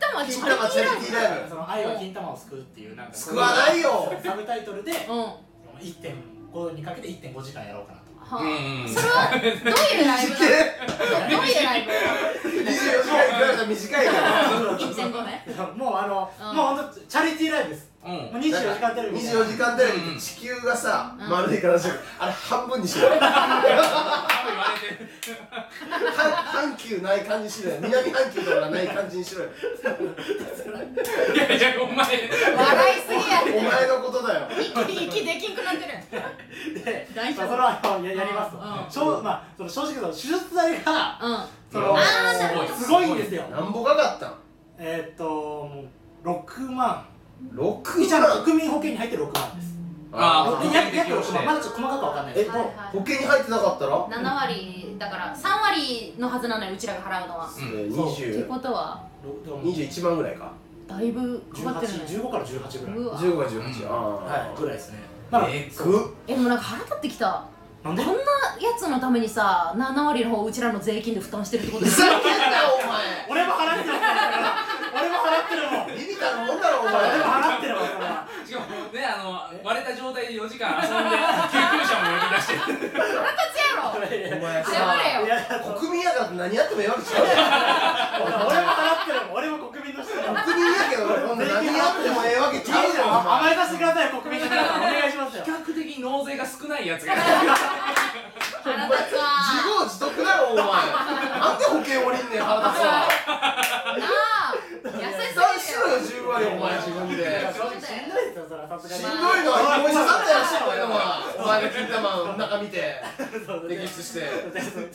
A: 玉チ
B: 金
A: ャリテ
B: 玉チャリティーライ
C: その愛は金玉を救うっていうなんか
B: 救わないよ
C: サブタイトルで
A: ブうんは
C: 1.5にかけて1.5時間やろうかなと
A: あ
D: うんうん
A: それはどういうライブ
B: ブ
A: な
B: け
A: のどういうライブ
B: 24時間いくらじゃ短いから
A: 1.5ね
C: もうあの、
A: うん
C: もう本当チャリティーライブです
B: 24時間テレビっ
D: うん
B: て地球がさ、
A: うん
B: 丸い形であれ半分にしろよ
D: 多分割れてる
B: 半半球ない感じにしろよ南半球とかがない感じにしろよ
D: いやいやお前
A: 笑いすぎや
B: お前のことだよ
A: 息息できんくなってる
C: で、
A: 大丈夫
C: まあ、それはあのややりますと、
A: うんうん
C: しょうまあ、その正直その手術代が
A: うん
C: その
D: あ
A: ーなるほど
C: すごいんですよ
B: なんぼかかったん
C: えーっともう6万
B: 6
C: 一応
B: 万
C: 国民保険に入って6万です
D: あ
C: ろ
D: ー
C: く
D: 保険
C: 約
D: 適
C: 約
D: 用
C: 6
D: して
C: 万まだちょっと細かくは分かんないで
B: え
C: す
A: はいはい
B: もう保険に入ってなかったら
A: 7割だから3割のはずなのようちらが払うのは
D: う
A: っ
D: ん
B: えー
C: そう
A: て
B: 20
A: ことは
C: 18
B: 21万ぐらいか
A: だいぶかかってるね
C: 15から18ぐらいう
A: わ
B: 15か18、
D: うん
B: あ
C: は
B: あ
C: いぐらいですねだから
D: えー
B: 食う
A: えでもなんか腹立ってきた
C: なん
A: こ
C: で
A: んなやつのためにさ7割の方うちらの税金で負担してるってこと
B: ふ
A: です
B: ざ
A: よ
B: けんなよお前
C: 俺も払ってるもん俺も払ってるもん
B: ビビたるもんだろお前
C: 俺も払ってるもんそれは
D: しかもねあの割れた状態で4時間遊んで救急車も呼び出して
A: やろ
C: いや
B: お前
A: 謝
B: さ
A: れよ
C: いや
B: 国民やからって何やってもええわけちゃう
C: 俺も払ってるもん俺も国民の人だから
B: 国民やけどこんな何やってもええわけちゃう
C: いいじゃん
B: よ
C: 甘えさせてください国民の皆さんお願いしますよ
D: 比較的納税が少ないやつが
A: 腹
B: お前
A: 立つ
B: 自
A: わ
B: 業自得だろお前なんで保険おりんねん腹立つわ
A: なあ優し
B: 負担
A: す
B: し
A: ぎ
B: ろ
A: る
B: よ
A: よ
B: 10割お前自分で
C: いや
B: し
C: 正直しんどいですよそれはさすがに
B: んどいのはお医者さんだよしんどいのはお前が金玉の中見て
C: そう
B: 摘出して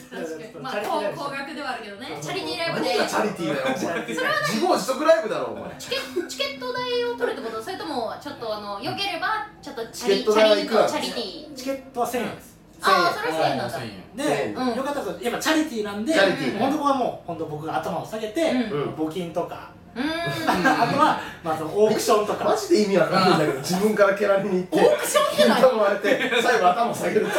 A: 確かにまあ高高額ではあるけどねチャリティーライブで
B: 何がチャリティーだよお前自業自得ライブだろお前
A: チケチケット代を取るってことそれともちょっとあのよければちょっとチャリチ
B: チケット
A: ャ
B: 代
A: リ
B: い
A: の
B: くら
A: チャリティー
C: チケットは1000円です
A: ああそれは1000円なんだ
C: で、
A: うん
C: よかったらやっぱチャリティーなんで
B: チャリティー
C: 本当ここはもう本当僕が頭を下げて、
A: うん
B: うん
C: 募金とか、
A: うーん
C: あとは、まあ、そのオークションとか
B: マジで意味わかんないんだけど自分から蹴られに行って
A: オークションって何
B: 金玉割れて最後頭下げるって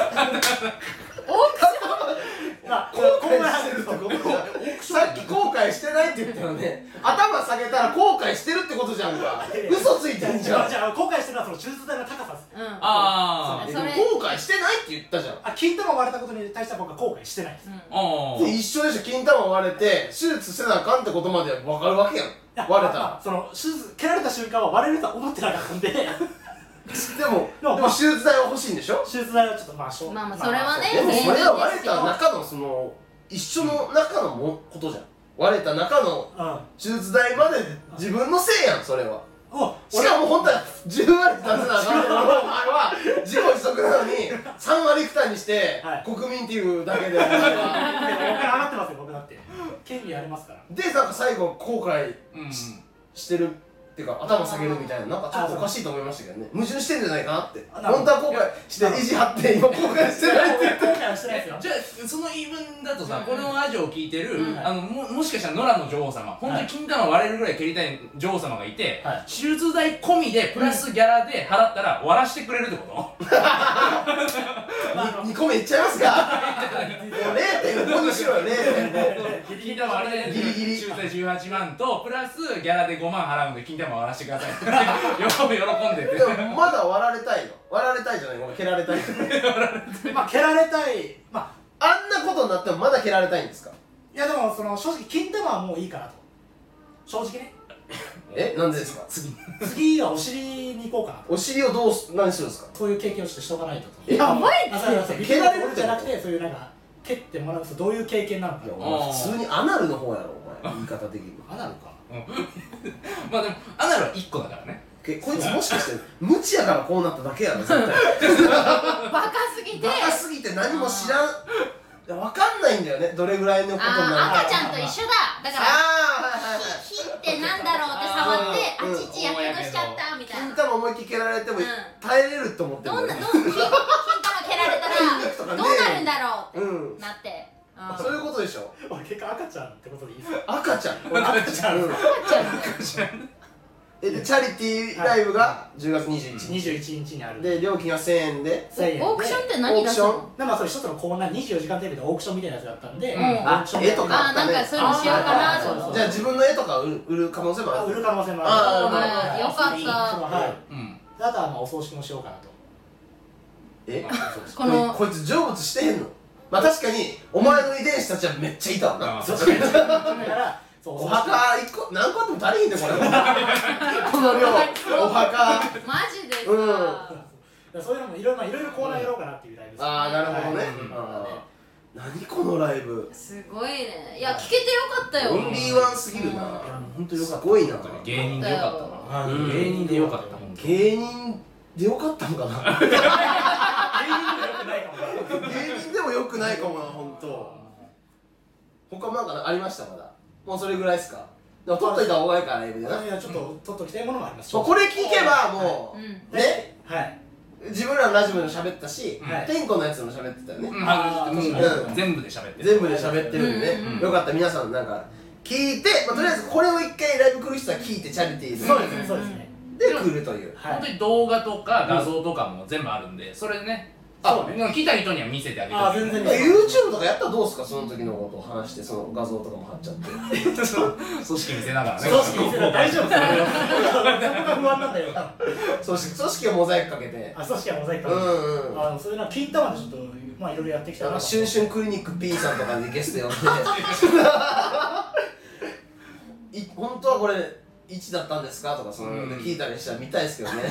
C: まあ、
B: 後
C: ここ
B: 悔
C: ま
B: し
C: で
B: てるってことじゃんさっき後悔してないって言ったらね頭下げたら後悔してるってことじゃんか嘘ついてんじ
C: じ
B: ゃ
C: ゃ
B: ん
C: あじゃあ後悔してるのはその手術代の高さです
A: うん
D: あ
A: あ
D: ー
B: で
A: そ
B: も
A: れ
B: 後悔してないって言ったじゃん
C: あ金玉割れたことに対しては僕は後悔してないです、い
A: うん
D: あ
B: で一緒でしょ金玉割れて手術せなあかんってことまで分かるわけや
C: や
B: ん割れた
C: ま
B: ら
C: あその手術蹴られた瞬間は割れるとは思ってなかったんで手
B: でもで
C: まあ
B: も手術代は欲しいんでしょ
C: 術代はちょっとまあしょう
A: まあまあそれはね
B: でもそれは割れ
A: え
B: た
A: え
B: 中のその一緒の中のもことじゃん割れた中の手術代まで自分のせいやんそれは
C: うんお
B: しかも本当は10割出せなあかんのにお前は自己自足なのに3割負担にして
C: はい
B: 国民っていうだけでお前は
C: 僕ら上がってますよ僕だって権利ありますから
B: でなんか最後後悔
D: うんうん
B: してるっていうか頭下げるみたいななんかちょっとおかしいと思いましたけどね矛盾してんじゃないかなって
C: あなる
B: 本
C: ほど
B: 当は後悔して意地張って今後悔してないって
C: 後悔はしてないです
D: え
C: よ
D: じゃあその言い分だとさ、
A: うん
D: このラジオを聞いてる、
A: うん
D: あのももしかしたら野良の女王様本当
C: は
D: に
C: い
D: 金玉割れるぐらい蹴りたい女王様がいて、
C: はい
D: 手術代込みでプラスギャラで払ったら割らしてくれるってこと、
B: 2個目いっちゃいますかもう0.5にしろよ0.5
D: 金玉割れ て
B: ギリギリ
D: 手術代18万とプラスギャラで5万払うんで金玉割らしてく ださいよ喜んでて
B: でもまだ割られたいの割られたいじゃないごめん蹴られたい
C: まあ蹴られたいまあ
B: あんなことになってもまだ蹴られたいんですか
C: いやでもその正直金玉はもういいかなと正直ね
B: えなんでですか
D: 次
C: 次はお尻に行こうかなと
B: お尻をどうす何するんですか
C: そういう経験をしてしとかないとと
B: え
A: やばい
C: あそうそうそうビビ
B: 蹴られる
C: るじゃなくてそういうなんか蹴ってもらうとどういう経験なのか
B: いやお前普通にアナルの方やろお 前言い方的に
C: あなのか
D: まあでもアナルは1個だからね
B: けこいつもしかして無知やからこうなっただ けやろ絶対
A: バカすぎて
B: バカすぎて何も知らんいやわかんないんだよねどれぐらいのことになる
A: あー
B: か
A: 赤ちゃんと一緒だだから
B: あーはいはいはい
A: 火ってなんだろうって触ってあ
B: うん
A: ちちやけどしちゃったみたい
B: 金
A: な
B: 玉思いっきり蹴られても
A: うん
B: 耐えれると思ってる
A: どんなどん金
B: ね
A: 金から蹴られたらどうなるんだろう
B: う
A: っ
B: ん
A: てなってうん
B: そういうことでしょ
C: 俺結果赤ちゃんってことでいいですか
B: 赤ちゃん
C: 俺赤ちゃん
B: うんえでチャリティーライブが10月21日
C: 21日にある
B: で料金が1000円で
C: 1000円で
A: オークションって何出す
B: オークショ
A: の
C: なんかそれ一つのコーナー24時間テレビでオークションみたいなやつだったんで、
D: うん
C: オークションで
B: あ絵と
A: あーなんかそういうのしようかなと思
C: あ
A: っ
C: ー
A: て
B: じゃあ自分の絵とか売る売る可能性もあ
C: あ
B: る
C: 売る可能性も
B: あ
A: ー
C: ある
A: よかった
C: いいは
D: うん
C: いであとはまあお葬式もしようかなと
B: え
A: この
B: こいつ成仏してへんのまあ確かにお前の遺伝子たちはめっちゃいたわな
D: あ
C: そうだからそう
B: お
C: お葬式
B: 墓一個何個あっても足りひんでこれこの量お墓
A: マジでさ、
C: らそういうのもいろいろまあいろいろコーナーやろうかなっていうライブですね、
B: ああなるほどね、
C: はい
D: うん
B: あー何このライブ
A: すごいねいや聞けてよかったよ、
B: オンリーワンすぎるな、
A: うん
B: 本当よかったすごいな
D: 芸人でよかったな、
B: うん
D: 芸人でよかった本当に
B: 芸人でよかったのか な芸人でもよくないかもな本当他なんかありましたまだもうそれぐらいですかでも撮っといた方がいいからライブでな、
C: いやちょっと取っときたいものもあります
B: そうこれ聞けばもう、
A: うん
B: ね
C: はい
B: 自分らのラジオでも喋ったし、
C: はい
B: 天候のやつも喋ってたよね、
D: うんあのも
B: う
D: うん全部で喋ってる
B: 全部で喋ってるんで、ね
A: うんうん
D: うん
B: よかったら皆さんなんか聞いて、まあ、とりあえずこれを一回ライブ来る人は聞いてチャリティーで
C: そうですねそうですね、
B: で来るという
C: はい
D: 本当に動画とか画像とかも全部あるんで、それね
C: そう
D: あ
C: ね
D: なんか来た人には見せてあげて
C: あ全然
B: で YouTube とかやったらどうですかその時のことを話してその画像とかも貼っちゃって
D: 組織見せながらね
C: 組織見せたら大丈夫ですか僕が不安なんだよ
B: 組織組織をモザイクかけて
C: あ組織はモザイ
B: う
C: クかけて
B: んうん
C: あのそういうのは金玉でちょっとまあいろいろやってきた
B: あのシュンシュンクリニック P さんとかにゲスト呼んでい本当はこれ1だったんですかとかその
D: うん
B: 聞いたりしたら見たいですけどね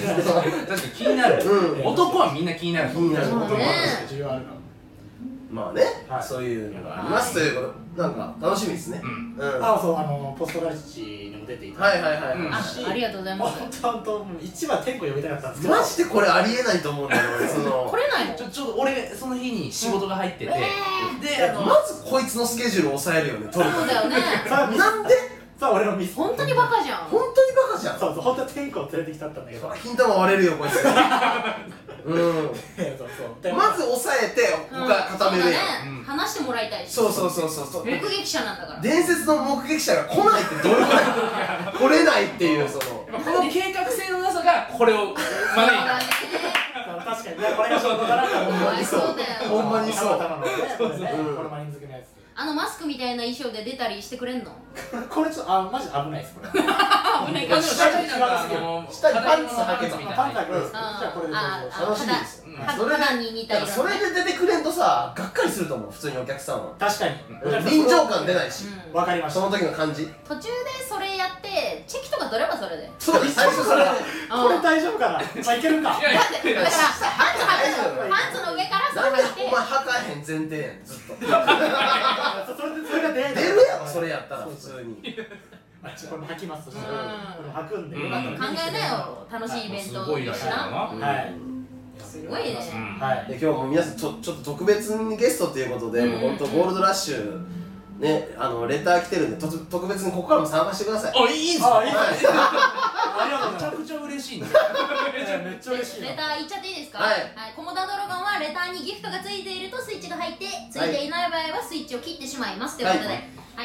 D: 確かに気になる、
B: うん
D: 男はみんな気になる
B: 気になる
A: そうね
C: 男の話って重要あるか
B: まあね、
C: はい
B: そういうのがありますということなんか楽しみですね
D: うん
B: うん
C: らあそうあのポストラジチにも出ていただ
B: はいいはいはい、
D: うん
A: あありがとうございます
C: 本当本当一番天狗呼びたかったんですけど
B: マジでこれありえないと思うんだよ俺その
A: 来れないの
D: ちょちょっと俺その日に仕事が入ってて、であの
B: まずこいつのスケジュールを抑えるよね取る
A: そうだよね
C: さあみ
B: なんで
C: さあ俺のミス
A: 本当にバカじゃん
B: 本当にバカじゃん
C: そうそう本当は天狗を連れてきたったんだけど
B: 金玉割れるよこいつうん
C: そうそうで
B: まず抑えて
A: うん
B: 他固めるやん、
A: そうだね話してもらいたいし
B: そうそうそうそうそう
A: 目撃者なんだから
B: 伝説の目撃者が来ないってどういうことだよ来れないっていうその
D: この計画性のなさがこれを招いた
C: 確かにねこれが仕事だなって思
A: かわいそうだよ
B: ほんまにそう
C: たまたまのねこれね
B: うん
C: これマリン漬けのやつ
A: あのマスクみたいな衣装で出たりしてくれんの
C: これちょっとあマジで危ないですこれ
A: あ危ないかもしれ
D: 下
A: ない
D: になんかあの
B: 下にパンツ履けば
D: み
C: パ
D: た
C: ン
D: い
C: ツ履け
D: な
C: ばいいですか
A: あ
C: じゃあこれでどう
A: あ
B: 楽
C: ぞ
B: しみですよ、
D: あ
B: それで
A: 肌に似た
B: だ
A: 色
B: からそれで出てくれんとさがっかりすると思う普通にお客さんは
C: 確かに
B: うん臨場感出ないし、
A: うん
C: わかりまし
B: そ
C: た
B: の時の感じ
A: 途中でそれやってチェキとか取ればそれで
B: そうです最初それだ
C: これ大丈夫かなまあいけるか
D: いやい
A: だ
D: や
A: ってだからパンツ履くのパンツの上からそ
B: なんで
A: れ履いて
B: お前はかへん前提やんずっと出る
C: それでそれが出会いだ
B: やろそれやったら普通に
C: まあちょっとこれも履きますし
A: うん
C: これも履くんでよかったら
A: 考えなよ楽しいイベン
D: す
A: ト
D: ごい
A: に
D: ら
A: し
D: しいな
A: な
D: うん
C: はい
A: すごいね
D: うん
C: はい
B: で今日も皆さんちょちょっと特別にゲストということで、
A: うん
B: もう本当ゴールドラッシュねあのレター来てるんでとつ特別にここからも参加してください
D: あいいんす
C: あ
D: か
C: いい
D: め
C: ですねありがとうご
D: ち
C: ざ
D: ゃ
C: いま
D: くちゃ嬉しいんです
C: すめっちゃ嬉しいな
A: レター言っちゃっていいですか
B: はい
A: コモダドラゴンはレターにギフトがついているとスイッチが入ってついていない場合はスイッチを切ってしまいますということで
B: は
A: はいい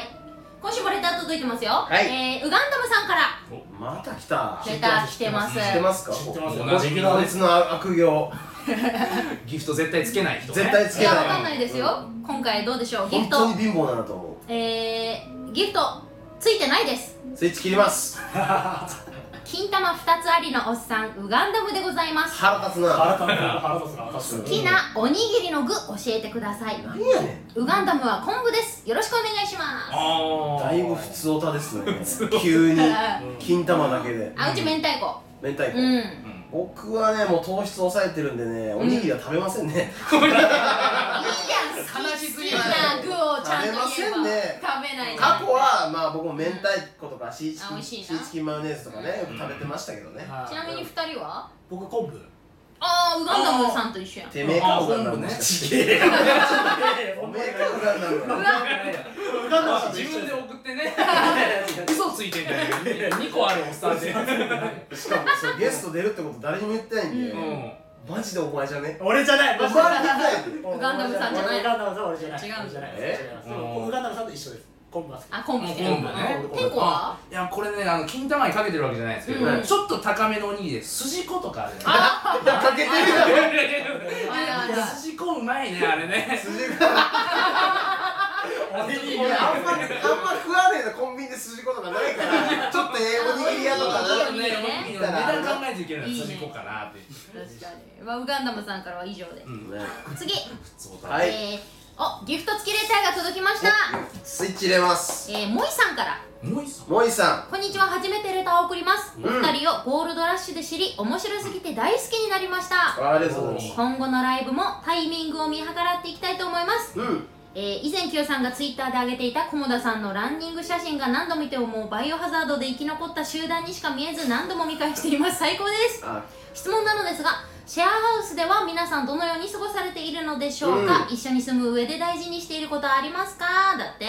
A: 今週もレター届いてますよ
B: はい
A: えーウガンダムさんから
B: また来た
A: レター来てます
B: 知ってますか
C: 知ってます
B: こ
D: 同じ日の
B: こいつの悪行
D: ギフト絶対つけない人ね
B: 絶対つ
A: い
B: け
A: や
B: ない
A: わかんないですよ今回どうでしょうギ
B: 本
A: フ
B: 当
A: ト
B: に貧乏だなと思
A: えーギフトついてないです
B: うスイッチ切ります
A: 金玉2つありのおっさんウガンダムでございます
B: 腹立つな
C: 改めて腹立つな確か
A: 好きなおにぎりの具教えてください
B: 何やねん
A: ウガンダムは昆布ですよろしくお願いします
D: ああ
B: だいぶ普通オタですね急に金玉だけで
A: あうち明太子
B: 明太子、
A: うん
D: うん
B: 僕はねもう糖質抑えてるんでねおにぎりは食べませんね、
A: 悲
D: 悲しすぎ
A: 好
D: る
A: きな具をちゃんと言えば
B: 食べませんね
A: 食べないね
B: 過去はまあ僕も明太子とかシーチキ
A: あ美
B: ン
A: 味しい
B: シ
A: な
B: ーチキンマヨネーズとかねよく食べてましたけどね、
C: に
A: ちなみに二人は
C: 僕昆布
A: ああウガンダムさんと一緒やん
B: てめえかウガンダム
D: あ本部ね
B: て
C: いやいや
B: めえかウガンダム
A: う
B: だ
A: わ
D: あ 自分で送ってね嘘ついてんだよ2個あるおっさんで
B: しかもそれゲスト出るってこと誰にも言ってないんで、
D: うん
B: マジでお前じゃね
C: 俺じゃない
B: お前に言ってないで
A: ウガンダムさんじゃない
C: ウガンダムさん俺じゃない
A: 違う
C: 俺じゃない
B: え
C: 違いますでもウガンダムさんと一緒です昆布は好き
A: あ昆布してる
D: 昆布ね
A: 天子はい
D: やこれねあの金玉にかけてるわけじゃないですけど、
A: うん
D: ちょっと高めのおにぎりで筋子とかあるね
B: かけてるや ん
A: あるある
D: 筋子うまいねあれね
B: 筋子
D: おにぎり
B: 俺あんまあんま食わねえなコンビニで筋子とかないからちょっとええおにぎり屋とか
A: あ
B: な
A: おにぎり
D: ねおにぎりの値段考えていけるのはい
A: いね
D: 筋子かなってい
A: 確
D: う
A: かにまあウガンダムさんからは以上で
D: うん
B: ね
A: 次
D: そうだ
B: はい
A: えーおギフト付きレターが届きましたス
B: スイッチ入れます
A: えー、もいさんから
D: もういさん
B: モイさ
A: こんにちは初めてレターを送ります、
B: ん
A: お二人をゴールドラッシュで知り面白すぎて大好きになりました
B: んありがとうございま
A: 今後のライブもタイミングを見計らっていきたいと思います
B: すうん
A: えー以前 Q さんがツイッターで上げていた菰田さんのランニング写真が何度見てももうバイオハザードで生き残った集団にしか見えず何度も見返しています最高です
B: あ
A: 質問なのですがシェアハウスでは皆さんどのように過ごされているのでしょうか、
B: う
A: 一緒に住む上で大事にしていることはありますかだって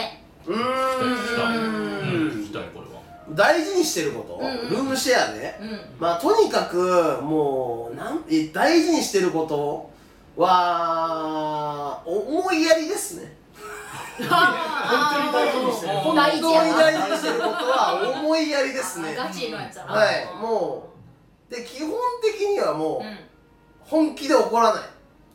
B: う
D: 聞きたい聞き
B: ー
D: たい
B: ん
D: これ
B: 大事にしてること、
A: うんうん
B: ルームシェアね
A: うん
B: まあとにかくもうなんえ大事にしてることは思いやりですね
A: あ
C: 本当に大事にしてる
A: あー
B: 本当
A: 大
B: に
A: 事やな
B: 大事にしてることは思いやりですね
A: ガチのやつだな
B: はいもうで基本的にはも
A: う
B: うん本気で怒らない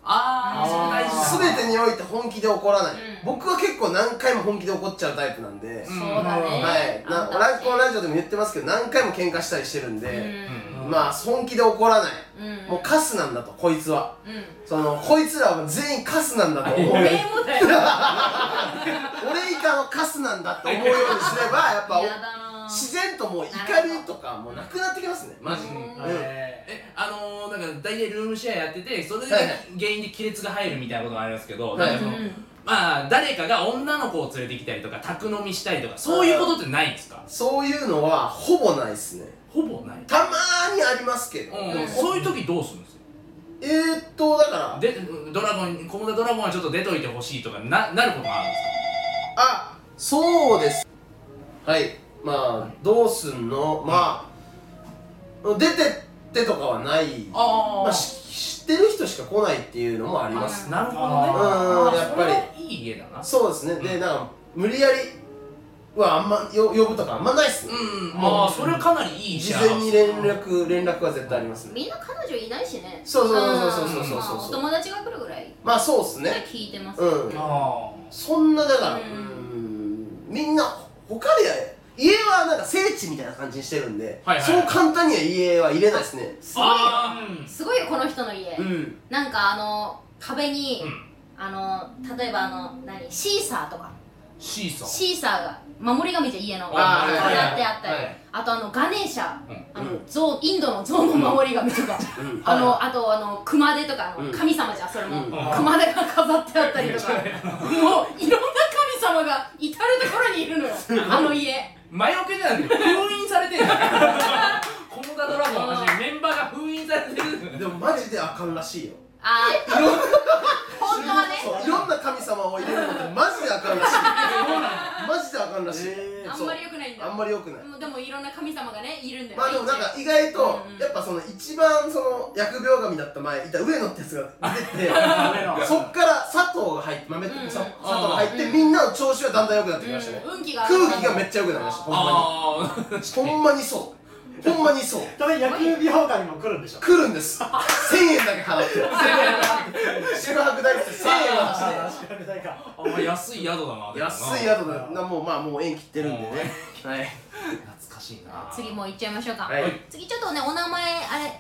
D: あ
A: ーそれ大事だ
B: 全てにおいて本気で怒らない、
A: うん
B: 僕は結構何回も本気で怒っちゃうタイプなんで、
D: うん
A: そうだね、
B: はい、
A: あ
B: なん
A: た
B: ラこのラジオでも言ってますけど何回も喧嘩したりしてるんで、
D: う
B: まあ本気で怒らない、
A: うんうん
B: もうカスなんだとこいつは
A: うん
B: そのこいつらは全員カスなんだと思う
A: 俺もだよ
B: 俺以下のカスなんだと思うようにすれ ばやっぱ
A: やだな
B: 自然ともう怒りとかもうなくなってきますね
D: マジ
A: うん
C: え
D: えあのー、なんか大体ルームシェアやっててそれで
B: はい
D: 原因で亀裂が入るみたいなことがありますけど、
B: はい
D: なんかその
A: うん
D: まあ誰かが女の子を連れてきたりとか宅飲みしたりとかそういうことってないんですか
B: そういうのはほぼないですね
D: ほぼない、
B: たまーにありますけど、
D: う、
A: うんん
D: そういう時どうするんですか
B: えー、っとだから
D: でドラゴンコモダドラゴンはちょっと出といてほしいとかななることがあるんです
B: あそうですはいまあどうすんのまあ出てってとかはない
D: かあ
B: まあ、し知ってる人しか来ないっていうのもあります
D: なるほどね
B: うん
D: あ
B: やっぱり
D: それはいい家だな
B: そうですね、
D: う
B: で
D: ん
B: なんか無理やりはあんまよ呼ぶとかあんまないっすね、
D: うんああそれはかなりいい
B: 事
D: シェア
B: 前に連絡連絡は絶対ありますね
A: みんな彼女いないしね
B: そうそうそうそうそうそうそうん
A: まあお友達が来るぐらい
B: まあそうっすね
A: 聞いてます
B: うん
C: ーあ
B: そんなだからう
A: うん
B: んみんな他でや家はなんか聖地みたいな感じにしてるんで、
D: はいはいはい
B: そう簡単には家は入れないですね
A: すごいよ
D: あー
A: すごいよこの人の家
B: うん
A: なんかあの壁に
D: うん
A: あの例えばあの何シーサーとか
D: シーソー
A: シーサーが守り神じゃん家の
D: あ
A: 飾
B: ーはい
A: ってあった
B: は
A: り
B: い
A: あとあのガネーシャ
D: うん
A: あ
B: う
A: の象インドの象の守り神とか
B: うん
A: あ
B: は
A: のあとあの熊手とかあ
B: うん
A: の神様じゃんそれも
B: うん
A: 熊手が飾ってあったりとかもういろんな神様が至る所にいるのよあの家
D: 前置きじゃなくて封印されてんじゃんコモダドラゴンはじめメンバーが封印されて
B: い
D: る
B: でもマジであかんらしいよ
A: あー本当はね
B: そういろんな神様を入れるのってマジであかんらしいマジであかんらしい、
C: え
A: あん
B: そう
A: まり良くないんだ
B: あんまり良くない
A: もうでもいろんな神様がねいるんだよ
B: まあでもなんか意外と
A: うんうん
B: やっぱその一番その疫病神だった前いた上野ってやつが出ててそっから砂糖が入って豆って
A: うんうん
B: さ砂糖が入って
A: うん
B: みんなの調子はだんだん良くなってきましたね
A: うん運気が上が
B: 空気がめっちゃ良くなりましたほんま
D: ああ
B: にほんまにそうほんまにそう
C: 多分野球美容館にも来るんでしょ
B: 来るんです1000円だけ払って宿泊代って1000円は
C: 確かにないか
D: あんま安い宿だな
B: 出して安い宿だなもうまあもう縁切ってるんでねはい
D: 懐かしいな
A: 次もう行っちゃいましょうか、
B: はい
A: 次ちょっとねお名前あ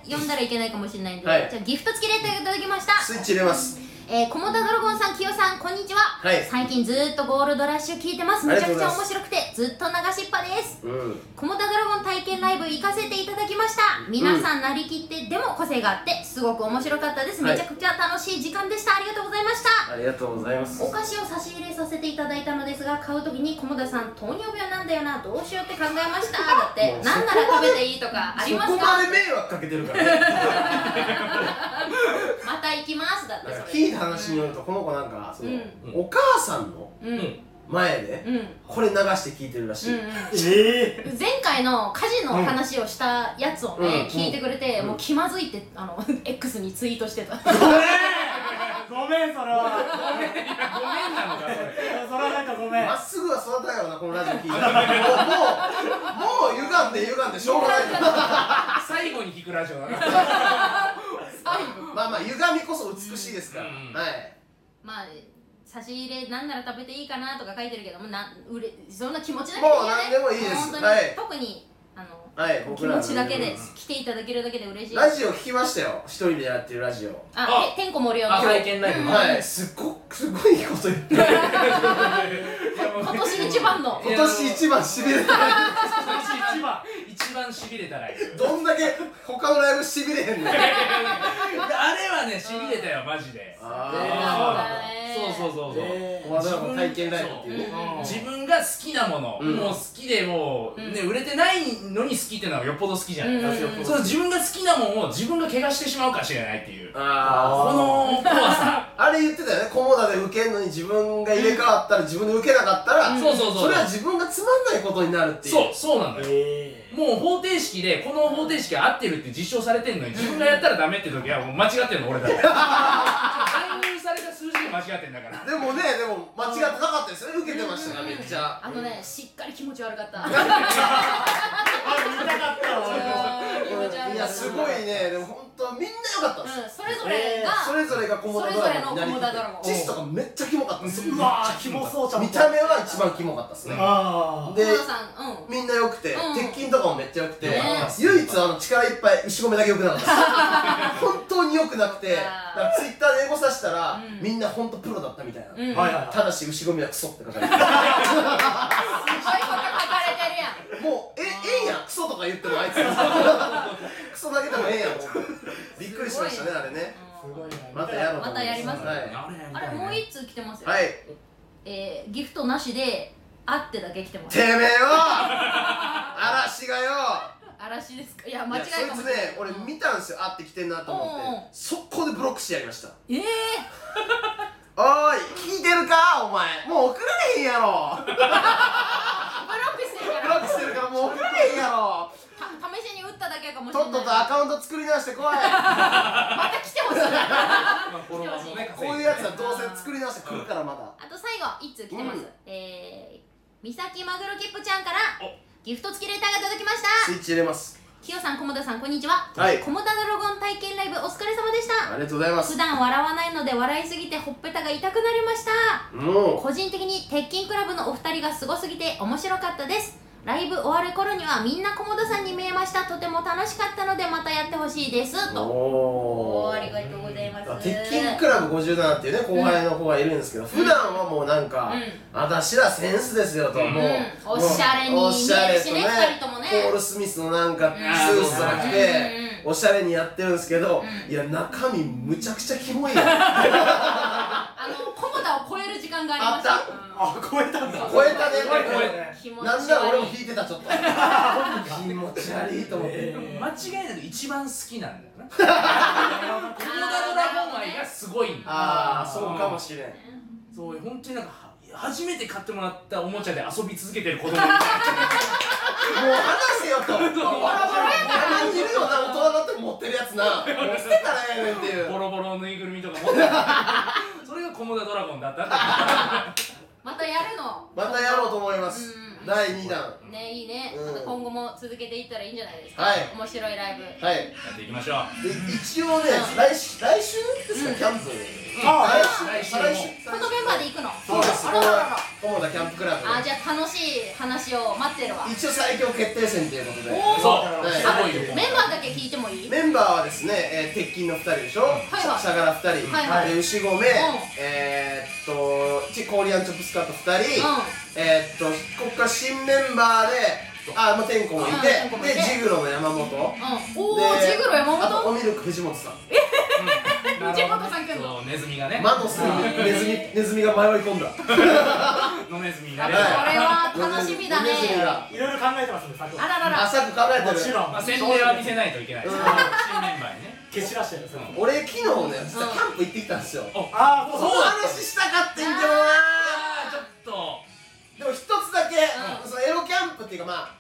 A: れ呼んだらいけないかもしれないんで、
B: はい
A: じゃあギフト付きレターいただきました
B: スイッチ入れます
A: えー、駒田ドラゴンさん、キヨさん、こんにちは、
B: はい
A: 最近ずーっとゴールドラッシュ聞いてますめちゃくちゃ
B: ありがとうご
A: 面白くてずっと流しっぱです
B: うん
A: 駒田ドラゴン体験ライブ行かせていただきました皆さんなりきって、でも個性があってすごく面白かったです
B: はい
A: めちゃくちゃ楽しい時間でした、ありがとうございました
B: ありがとうございます
A: お菓子を差し入れさせていただいたのですが買う時に菰田さん糖尿病なんだよなどうしようって考えましただって
B: もうそこま
A: 何
B: で
A: なら食べていいとかあります
B: そこ
A: か
B: まで迷惑かけてるからね
A: また行きますだって
B: なんか
A: それ
B: 聞いた話によるとこの子なんかその、
A: うん
B: お母さんの
A: うんうん
B: 前で
A: うんうん
B: これ流して聞いてるらしい、
C: え
A: 前回の家事の話をしたやつをね、
B: うんうん
A: 聞いてくれて、
B: うん
A: もう気まずいってあの X にツイートして た
C: ごめんごめんそれはごめん
D: ごめんなのかそれ
C: それはなんかごめん
B: まっすぐは育たないからなこのラジオ聞いてもうもうもう歪んで歪んでしょうがない
D: 最後に聞くラジオだな
B: まあまあ歪みこそ美しいですから、
D: うん
B: はい
A: まあ差し入れ何なら食べていいかなとか書いてるけどもうなうれそんな気持ちだけでいいよね
B: もう何でもいいです
A: 本当に、
B: はい
A: 特にあの
B: はい
A: 気
B: 僕ら
A: 持
B: の
A: ちだけで
D: うん
A: 来ていただけるだけで嬉しい
B: ラジオ聞きましたよ一人でやってるラジオ、
A: あ、てんこ盛り
D: あ
A: 上
D: 体
A: げ
D: 験ライブ
A: うん
B: はいすっごくすごいいいこと言ってる
A: 今年に一番の
B: 今年一番しびれた
C: 一番
D: 一番しびれたライブ
B: どんだけ他のライブしびれへんねん
D: あれはねしびれたよマジで
B: あ
D: そうそうそうそう、
B: ーまあでも体験ライブっていうね
A: うん
D: 自分が好きなもの、
B: うん
D: もう好きでもう、
A: うん
D: ね、売れてないのに好きっていうのはよっぽど好きじゃない、
A: うん
D: その自分が好きなもんを自分が怪我してしまうかもしれないっていうこ
B: あ
C: ー
D: の怖さ
B: ーあれ言ってたよね菰田で受けんのに自分が入れ替わったら自分で受けなかったら、
A: うん
D: そうそうそう
B: それは自分がつまんないことになるっていう
D: そうそうなんだよ
C: え
D: もう方程式でこの方程式が合ってるって実証されてんのに自分がやったらダメって時はもう間違ってるの俺だから介入された数字で間違ってんだか
B: で
D: ら
B: もねでも間違ってなかったですよね受けてましたねめっちゃ
A: あのねしっかり気持ち悪かった
C: あ見たかったわ
A: 気持ち悪かった
B: いやすごいねでも本当みんな良かったんですよ
A: うんそれぞれが
B: それぞれがコモダドラマに
A: それぞれ
B: なりきっ
A: のコモダドラマを
B: てチスとかめっちゃキモかったんですよ
C: うわーキモそうちゃんと
B: 見た目は一番キモかったですね
C: あ
B: で
A: 小野さんうん
B: みんな良くて、
A: うん
B: 鉄筋とかもめっちゃ良くて、
A: ね
B: 唯一あの力いっぱい牛込めだけ良 くなかったです本当に良くなくてだ
A: あー
B: からツイッターでエゴさしたら、
A: うん
B: みんな本当プロだったみたいな、
A: うん
C: あはいはいはい
B: ただし牛込めはクソって書 かれてる
A: すごいこと書かれてるやん
B: もうえええやんクソとか言ってもあいつクソだけでもええやんびっくりしましたねあれね
C: すごいな
B: またやろうと思い
A: またやります
B: はい、
A: あれもう一通来てますよ、
B: はい、
A: えーギフトなしで「あって」だけ来てます
B: てめえは嵐がよ
A: 嵐ですかいや
B: い
A: 間違
B: や
A: い
B: そい
A: かも
B: つ
A: しれない
B: ね俺見たんですよあってきてんなと
A: おう
B: 思
A: お
B: っ
A: う
B: て速攻でブロックしてやりました
A: ええ
B: おーい聞いてるかお前もう送られへんやろブ
A: ー、ブロックしてるか
B: ロッ
A: ら
B: クしてるからもう送られへんやろ
A: た試しに打っただけかもしれ
B: と
A: ない
B: っととアカウント作り直してこい
A: また来てほ しいあ
B: こういうやつはどうせ作り直してくるからまだ
A: と最後一通来てます、
B: うん
A: えー、三崎マグロキップちゃんから
D: お
A: ギフト付きレターが届きました
B: スイッチ入れます
A: きよさん、こもださん、こんにちは
B: はい
A: こもだドラゴン体験ライブお疲れ様でした
B: ありがとうございま
A: 普
B: す
A: 段笑わないので笑いすぎてほっぺたが痛くなりました
B: も
A: 個人的に鉄筋クラブのお二人がすごすぎて面白かったですライブ終わる頃にはみんな菰田さんに見えましたとても楽しかったのでまたやってほしいです
B: う
A: と
B: お
A: おーあり
B: ー
A: がとうございます
B: 鉄筋クラブ57っていうね後輩の子がいるんですけど普段はもうなんか
A: う
B: 私らセンスですよと
D: うん
B: もう
A: うんおしゃれに見えるしね
B: おゃれ
A: 二
B: と
A: 人ともね
B: ポール・スミスのなんか
A: ん
B: スーツとか着て
A: うん
B: おしゃれにやってるんですけど
A: うん
B: いや中身むちゃくちゃキモいよ
A: あの菰田を超える時間がありまし
B: あった
A: たうん
C: あ超えたんだ
B: 超えたね
C: 超えたね
A: 気持ち
B: なん
A: 悪
B: なら俺
A: い
B: も引いてたちょっと気持ち悪いと思って
C: え
D: 間違いなく一番好きなんだよなコモ
A: あー
D: ダドラゴン愛がすごいんだ
B: ああそうかもしれん
D: そう本当になんかは初めて買ってもらったおもちゃで遊び続けてる子供みたい
B: もう話せよとバラバラやいるよな大人になっても持ってるやつなもう捨てたらええねんっていう
D: なボロボロのぬいぐるみとか持ってるそれがコモダドラゴンだったって
A: またやるの
B: またやろうと思います
A: うん
B: 第2弾
A: ねいいね、
B: うん
A: また今後も続けていったらいいんじゃないですか、
B: はい
A: 面白いライブ
B: はい
D: やっていきましょう
B: で一応ね来し来週ですかキャンプ
C: あ
D: 来週も
B: 再来週
A: このメンバーで行くの
B: そうです
A: あ
B: こ
A: ら
B: れ
A: らら
B: は友田キャンプクラブ
A: あじゃあ楽しい話を待ってるわ
B: 一応最強決定戦ということで
A: おー
D: そうすごいよ
A: メンバーだけ聞いてもいい
B: メンバーはですね、えー、鉄筋の2人でしょ、
A: はい
B: しゃしゃがら2人、
A: はいはい
B: で牛込め、えー、っとちコーリアンチョップスカート2人、
A: うん
B: えー、っとここから新メンバーであーまあ天子もいて、
A: うん天子もいて
B: でジグロの山本、
A: うん、おおジグロ山
B: あと
A: 本
B: おミルク藤本さん
A: 藤本さん来んの
D: そうネズミがね
B: マノスにネズミネズミが迷い込んだ
D: のネズミに
A: や
D: な
A: っ
D: れ
A: ぱ
D: る
A: これは楽しみだね
B: ネズミが
C: ーいろいろ考えてますねさっき
A: あららら
B: 浅く考えてる
C: もちろん
D: まあ、宣伝は見せないといけないですね
B: うん
D: 新メンバーにね
C: 消し出してるんですよ
D: うん
B: 俺昨日ね実はキャンプ行ってきたんですよ、
C: ああ
B: その話したかってんけどな
D: あーちょっと
B: でも一つだけ、そのエロキャンプっていうかまあ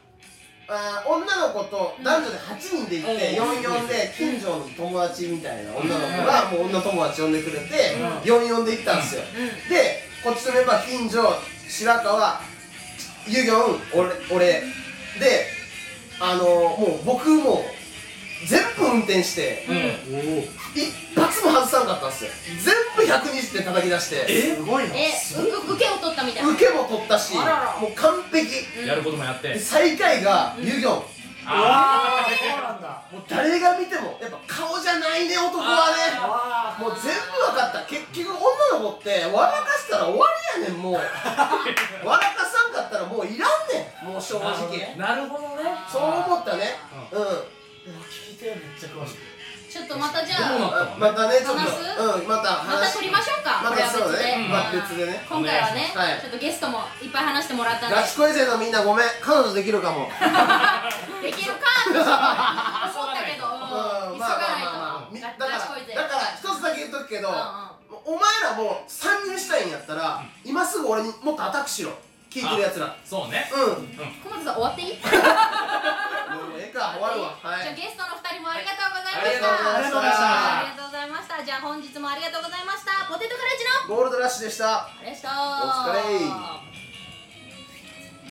B: あー女の子と男女で8人で行って、
D: うん
B: 44で近所の友達みたいな女の子がもう女友達呼んでくれて、44で行ったんですよ、でこっちのメンバー近所白川ユギョン俺俺であのもう僕もう全部運転して、
D: うん
B: 一発も外さなかったんですよ全部120点叩き出して
C: すごいな
A: えう受けを取ったみたいな
B: 受けも取ったし
A: あらら
B: もう完璧
D: やることもやって
B: で最下位がユギョン
D: あ
C: あそうなんだ
B: もう誰が見てもやっぱ顔じゃないね男はね
C: あ
B: もう全部分 かった結局女の子って笑かしたら終わりやねんもう笑かさんかっもう正直
D: なるほどね
B: そう思ったねうん、
C: 聞いてめっちゃ詳しく
A: ちょっとまたじ
D: どうな
A: ゃあ
D: っ
B: あまたねちょっ
A: 話
B: とうんまた
A: また
B: 話
A: 撮りましょうか
B: ま
A: これ
B: た
A: は別
B: そう
A: で、
B: ね
A: うん
B: まあ別でね
A: 今回はね、
B: お願いしますはい
A: ちょっとゲストもいっぱい話してもらっ たんで
B: ガチ恋勢のみんなごめん彼女できるかも
A: できるかって思ったけど、うん
B: う
A: 急
B: んまあまあまあまあ
A: が
B: み
A: ない
B: だか
A: と
B: ら
A: ガチ恋勢
B: だから一つだけ言っとくけど、
A: う
B: お前らもう参入したいんやったら、今すぐ俺にもっとアタックしろ聞いてるやつら
D: そうね
B: うん
A: んうん小松さん終わっていい
B: もうええか終わるわは
A: じゃあ
B: い
A: ゲストの二人もありがとうございま
B: あり
A: し
B: がと
A: た
B: うございまし
A: あり
B: た
A: がとうございましたじゃあ本日もありがとうございましたポテトカレッジの
B: ゴールドラッシュでした
A: あれでした
B: お疲れ